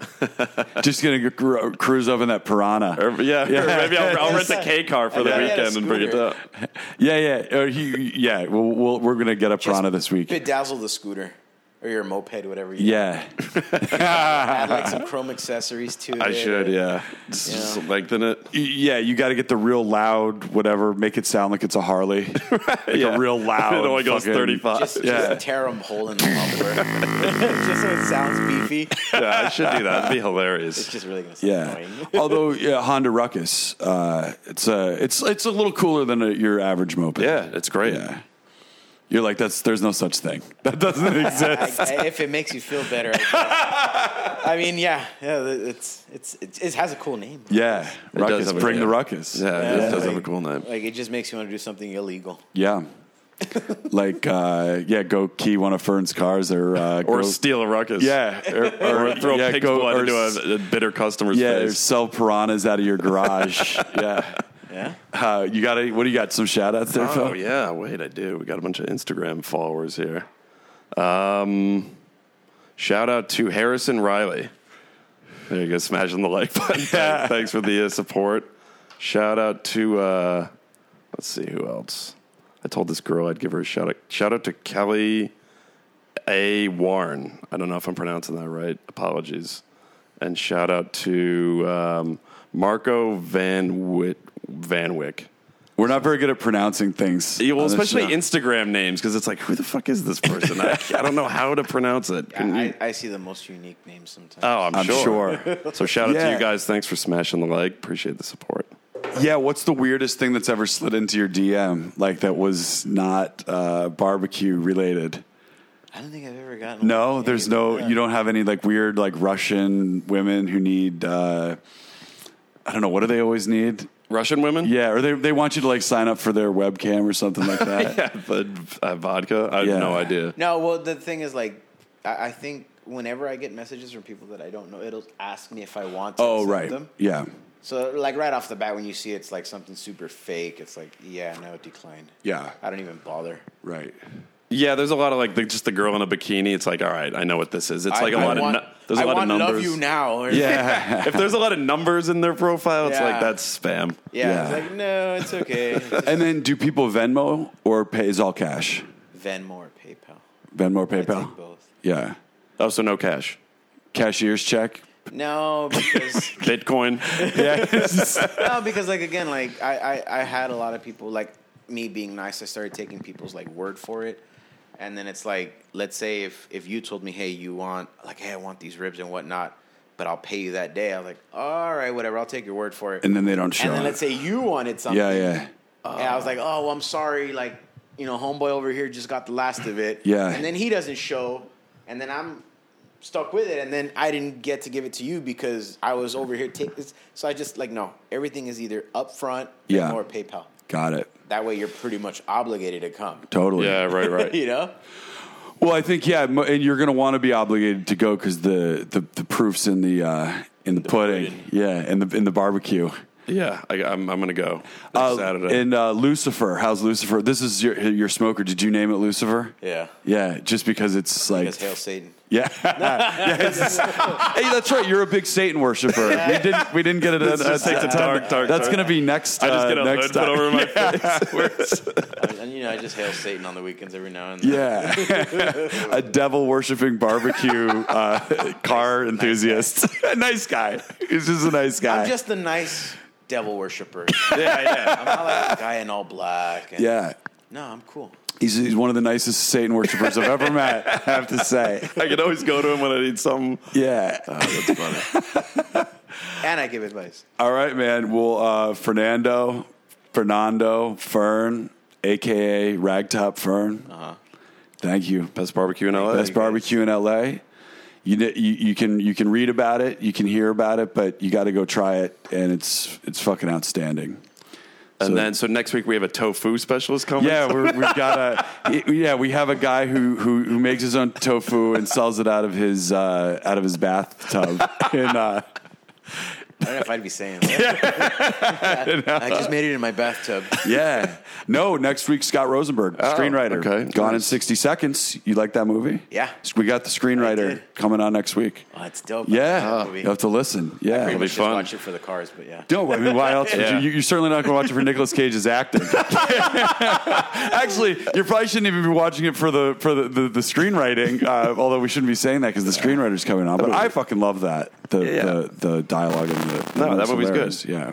Just gonna go cru- cruise up in that Piranha. Or, Er, yeah, or maybe I'll, I'll rent a K car for the Yeah, yeah, weekend the and bring it scooter. up. Yeah, yeah. Or he, yeah, we'll, we'll, we're gonna get a Piranha this week. Bedazzle the scooter or your moped, whatever. You Yeah, Add like some chrome accessories to it. I should, yeah. Just, just Yeah. lengthen it. Y- yeah. You got to get the real loud, whatever. Make it sound like it's a Harley, like Yeah. a real loud. it only goes fucking- 35. Just, Yeah. just tear 'em hole in the muffler. just so it sounds beefy. yeah, I should do that. That'd be hilarious. It's just really gonna sound Yeah. annoying. Although yeah, Honda Ruckus, uh, it's a it's it's a little cooler than a, your average moped. yeah, it's great. Yeah. You're like that's there's no such thing. That doesn't exist. I, I- if it makes you feel better. I, guess. I mean, yeah, yeah. It's, it's it's it has a cool name. yeah. It does Ruckus. have a- Bring the yeah. ruckus. Yeah, it Yeah. does have a cool name. Like it just makes you want to do something illegal. Yeah. like uh, yeah, go key one of Fern's cars or uh, go, Or steal a ruckus. yeah, or, Or throw yeah, pig's go- blood or s- into a, a bitter customer's yeah, or face. sell piranhas out of your garage. yeah. Yeah. Uh, you got any, what do you got? Some shout outs there, Oh Phil? yeah, wait, I do. We got a bunch of Instagram followers here. Um, shout out to Harrison Riley. There you go, smashing the like button. Yeah. Thanks for the uh, support. Shout out to uh, let's see who else. I told this girl I'd give her a shout out. Shout out to Kelly A. Warren. I don't know if I'm pronouncing that right. Apologies. And shout out to um, Marco Van Wit Van Wick. We're not very good at pronouncing things. Yeah, well, on this especially show. Instagram names because it's like, who the fuck is this person? I, I don't know how to pronounce it. Can you- I, I see the most unique names sometimes. oh, I'm, I'm sure. sure. So shout out to Yeah. you guys. Thanks for smashing the like. Appreciate the support. Yeah, what's the weirdest thing that's ever slid into your DM? Like that was not uh, barbecue related. I don't think I've ever gotten. No, one. there's Yeah. no. You don't have any like weird like Russian women who need. Uh, I don't know. What do they always need? Russian women? Yeah, or they they want you to like sign up for their webcam or something like that. Yeah, but uh, vodka? I Yeah. have no idea. No, well, the thing is, like, I, I think whenever I get messages from people that I don't know, it'll ask me if I want to. Oh accept right. Them. Yeah. So, like, right off the bat, when you see it's like something super fake, it's like, yeah, no, decline. Yeah. I don't even bother. Right. Yeah, there's a lot of like the, just the girl in a bikini. It's like, all right, I know what this is. It's I- like a I lot want, of nu- there's a I lot of want numbers. Love you now. Or Yeah. if there's a lot of numbers in their profile, it's Yeah. like that's spam. Yeah, Yeah. it's like no, it's okay. It's just and then do people Venmo or pay is all cash? Venmo or PayPal. Venmo or I PayPal? take both. Yeah. Oh, so no cash. Cashier's check. No, because Bitcoin. no, because like again, like I, I I had a lot of people like me being nice. I started taking people's like word for it, and then it's like let's say if if you told me, hey, you want like hey, I want these ribs and whatnot. But I'll pay you that day. I was like, all right, whatever. I'll take your word for it. And then they don't show And then it. let's say you wanted something. Yeah. Yeah. And I was like, oh, well, I'm sorry. Like, you know, homeboy over here just got the last of it. Yeah. And then he doesn't show. And then I'm stuck with it. And then I didn't get to give it to you because I was over here taking this. So I just, like, no, everything is either upfront Yeah. or PayPal. Got it. That way you're pretty much obligated to come. Totally. yeah, right, right. you know? Well, I think yeah, mo- and you're going to want to be obligated to go because the, the the proof's in the uh, in the, pudding. yeah, in the in the barbecue. Yeah, I, I'm, I'm gonna go this Uh, Saturday. And uh, Lucifer, how's Lucifer? This is your your smoker. Did you name it Lucifer? Yeah. Yeah, just because it's like Because hail Satan. yeah, Yeah, it's- hey, that's right. You're a big Satan worshiper. We didn't we didn't get it. at- just at takes a the time. dark, dark That's turn. gonna be next. I just uh, get a next hood put time. over my face. And, and, you know, I just hail Satan on the weekends every now and then. Yeah, a devil worshipping barbecue uh, car enthusiast. A nice guy. He's just a nice guy. I'm just the nice devil worshiper. yeah, yeah. I'm not like a guy in all black. And, yeah. No, I'm cool. He's, he's one of the nicest Satan worshippers I've ever met. I have to say. I can always go to him when I need something. Yeah. that's funny. And I give advice. All right, man. Well, uh, Fernando, Fernando Fern, aka Uh-huh. Ragtop Fern. Thank you. Best barbecue in LA. Best barbecue in LA. you, you you can you can read about it, you can hear about it, but you got to go try it, and it's it's fucking outstanding. And So- then, so next week we have a tofu specialist coming. Yeah, we're, we've got a yeah. We have a guy who, who who makes his own tofu and sells it out of his uh, out of his bathtub. And uh, I don't know if I'd be saying that. I, just made it in my bathtub. Oh, yeah, no. Next week, Scott Rosenberg, screenwriter, Oh, okay. Gone in Nice. sixty seconds. You like that movie? Yeah. we got the screenwriter did. coming on next week. Oh, that's dope. Yeah, That Oh, movie. you have to listen. Yeah, Pretty be much just fun. watch it for the cars, but yeah. No, I mean, why else? would Yeah. you, you're certainly not going to watch it for Nicolas Cage's acting. Actually, you probably shouldn't even be watching it for the for the, the, the screenwriting. Uh, although we shouldn't be saying that because the screenwriter's coming on. But I fucking love that the Yeah. the, the dialogue and the No, that it's movie's good. hilarious. Yeah.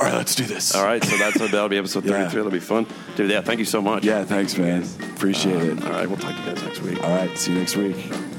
All right, let's do this. All right, so that's that'll be episode Yeah. 33. That'll be fun, dude. Yeah, thank you so much. Yeah, thanks, man. Appreciate All it. right, we'll talk to you guys next week. All right, see you next week.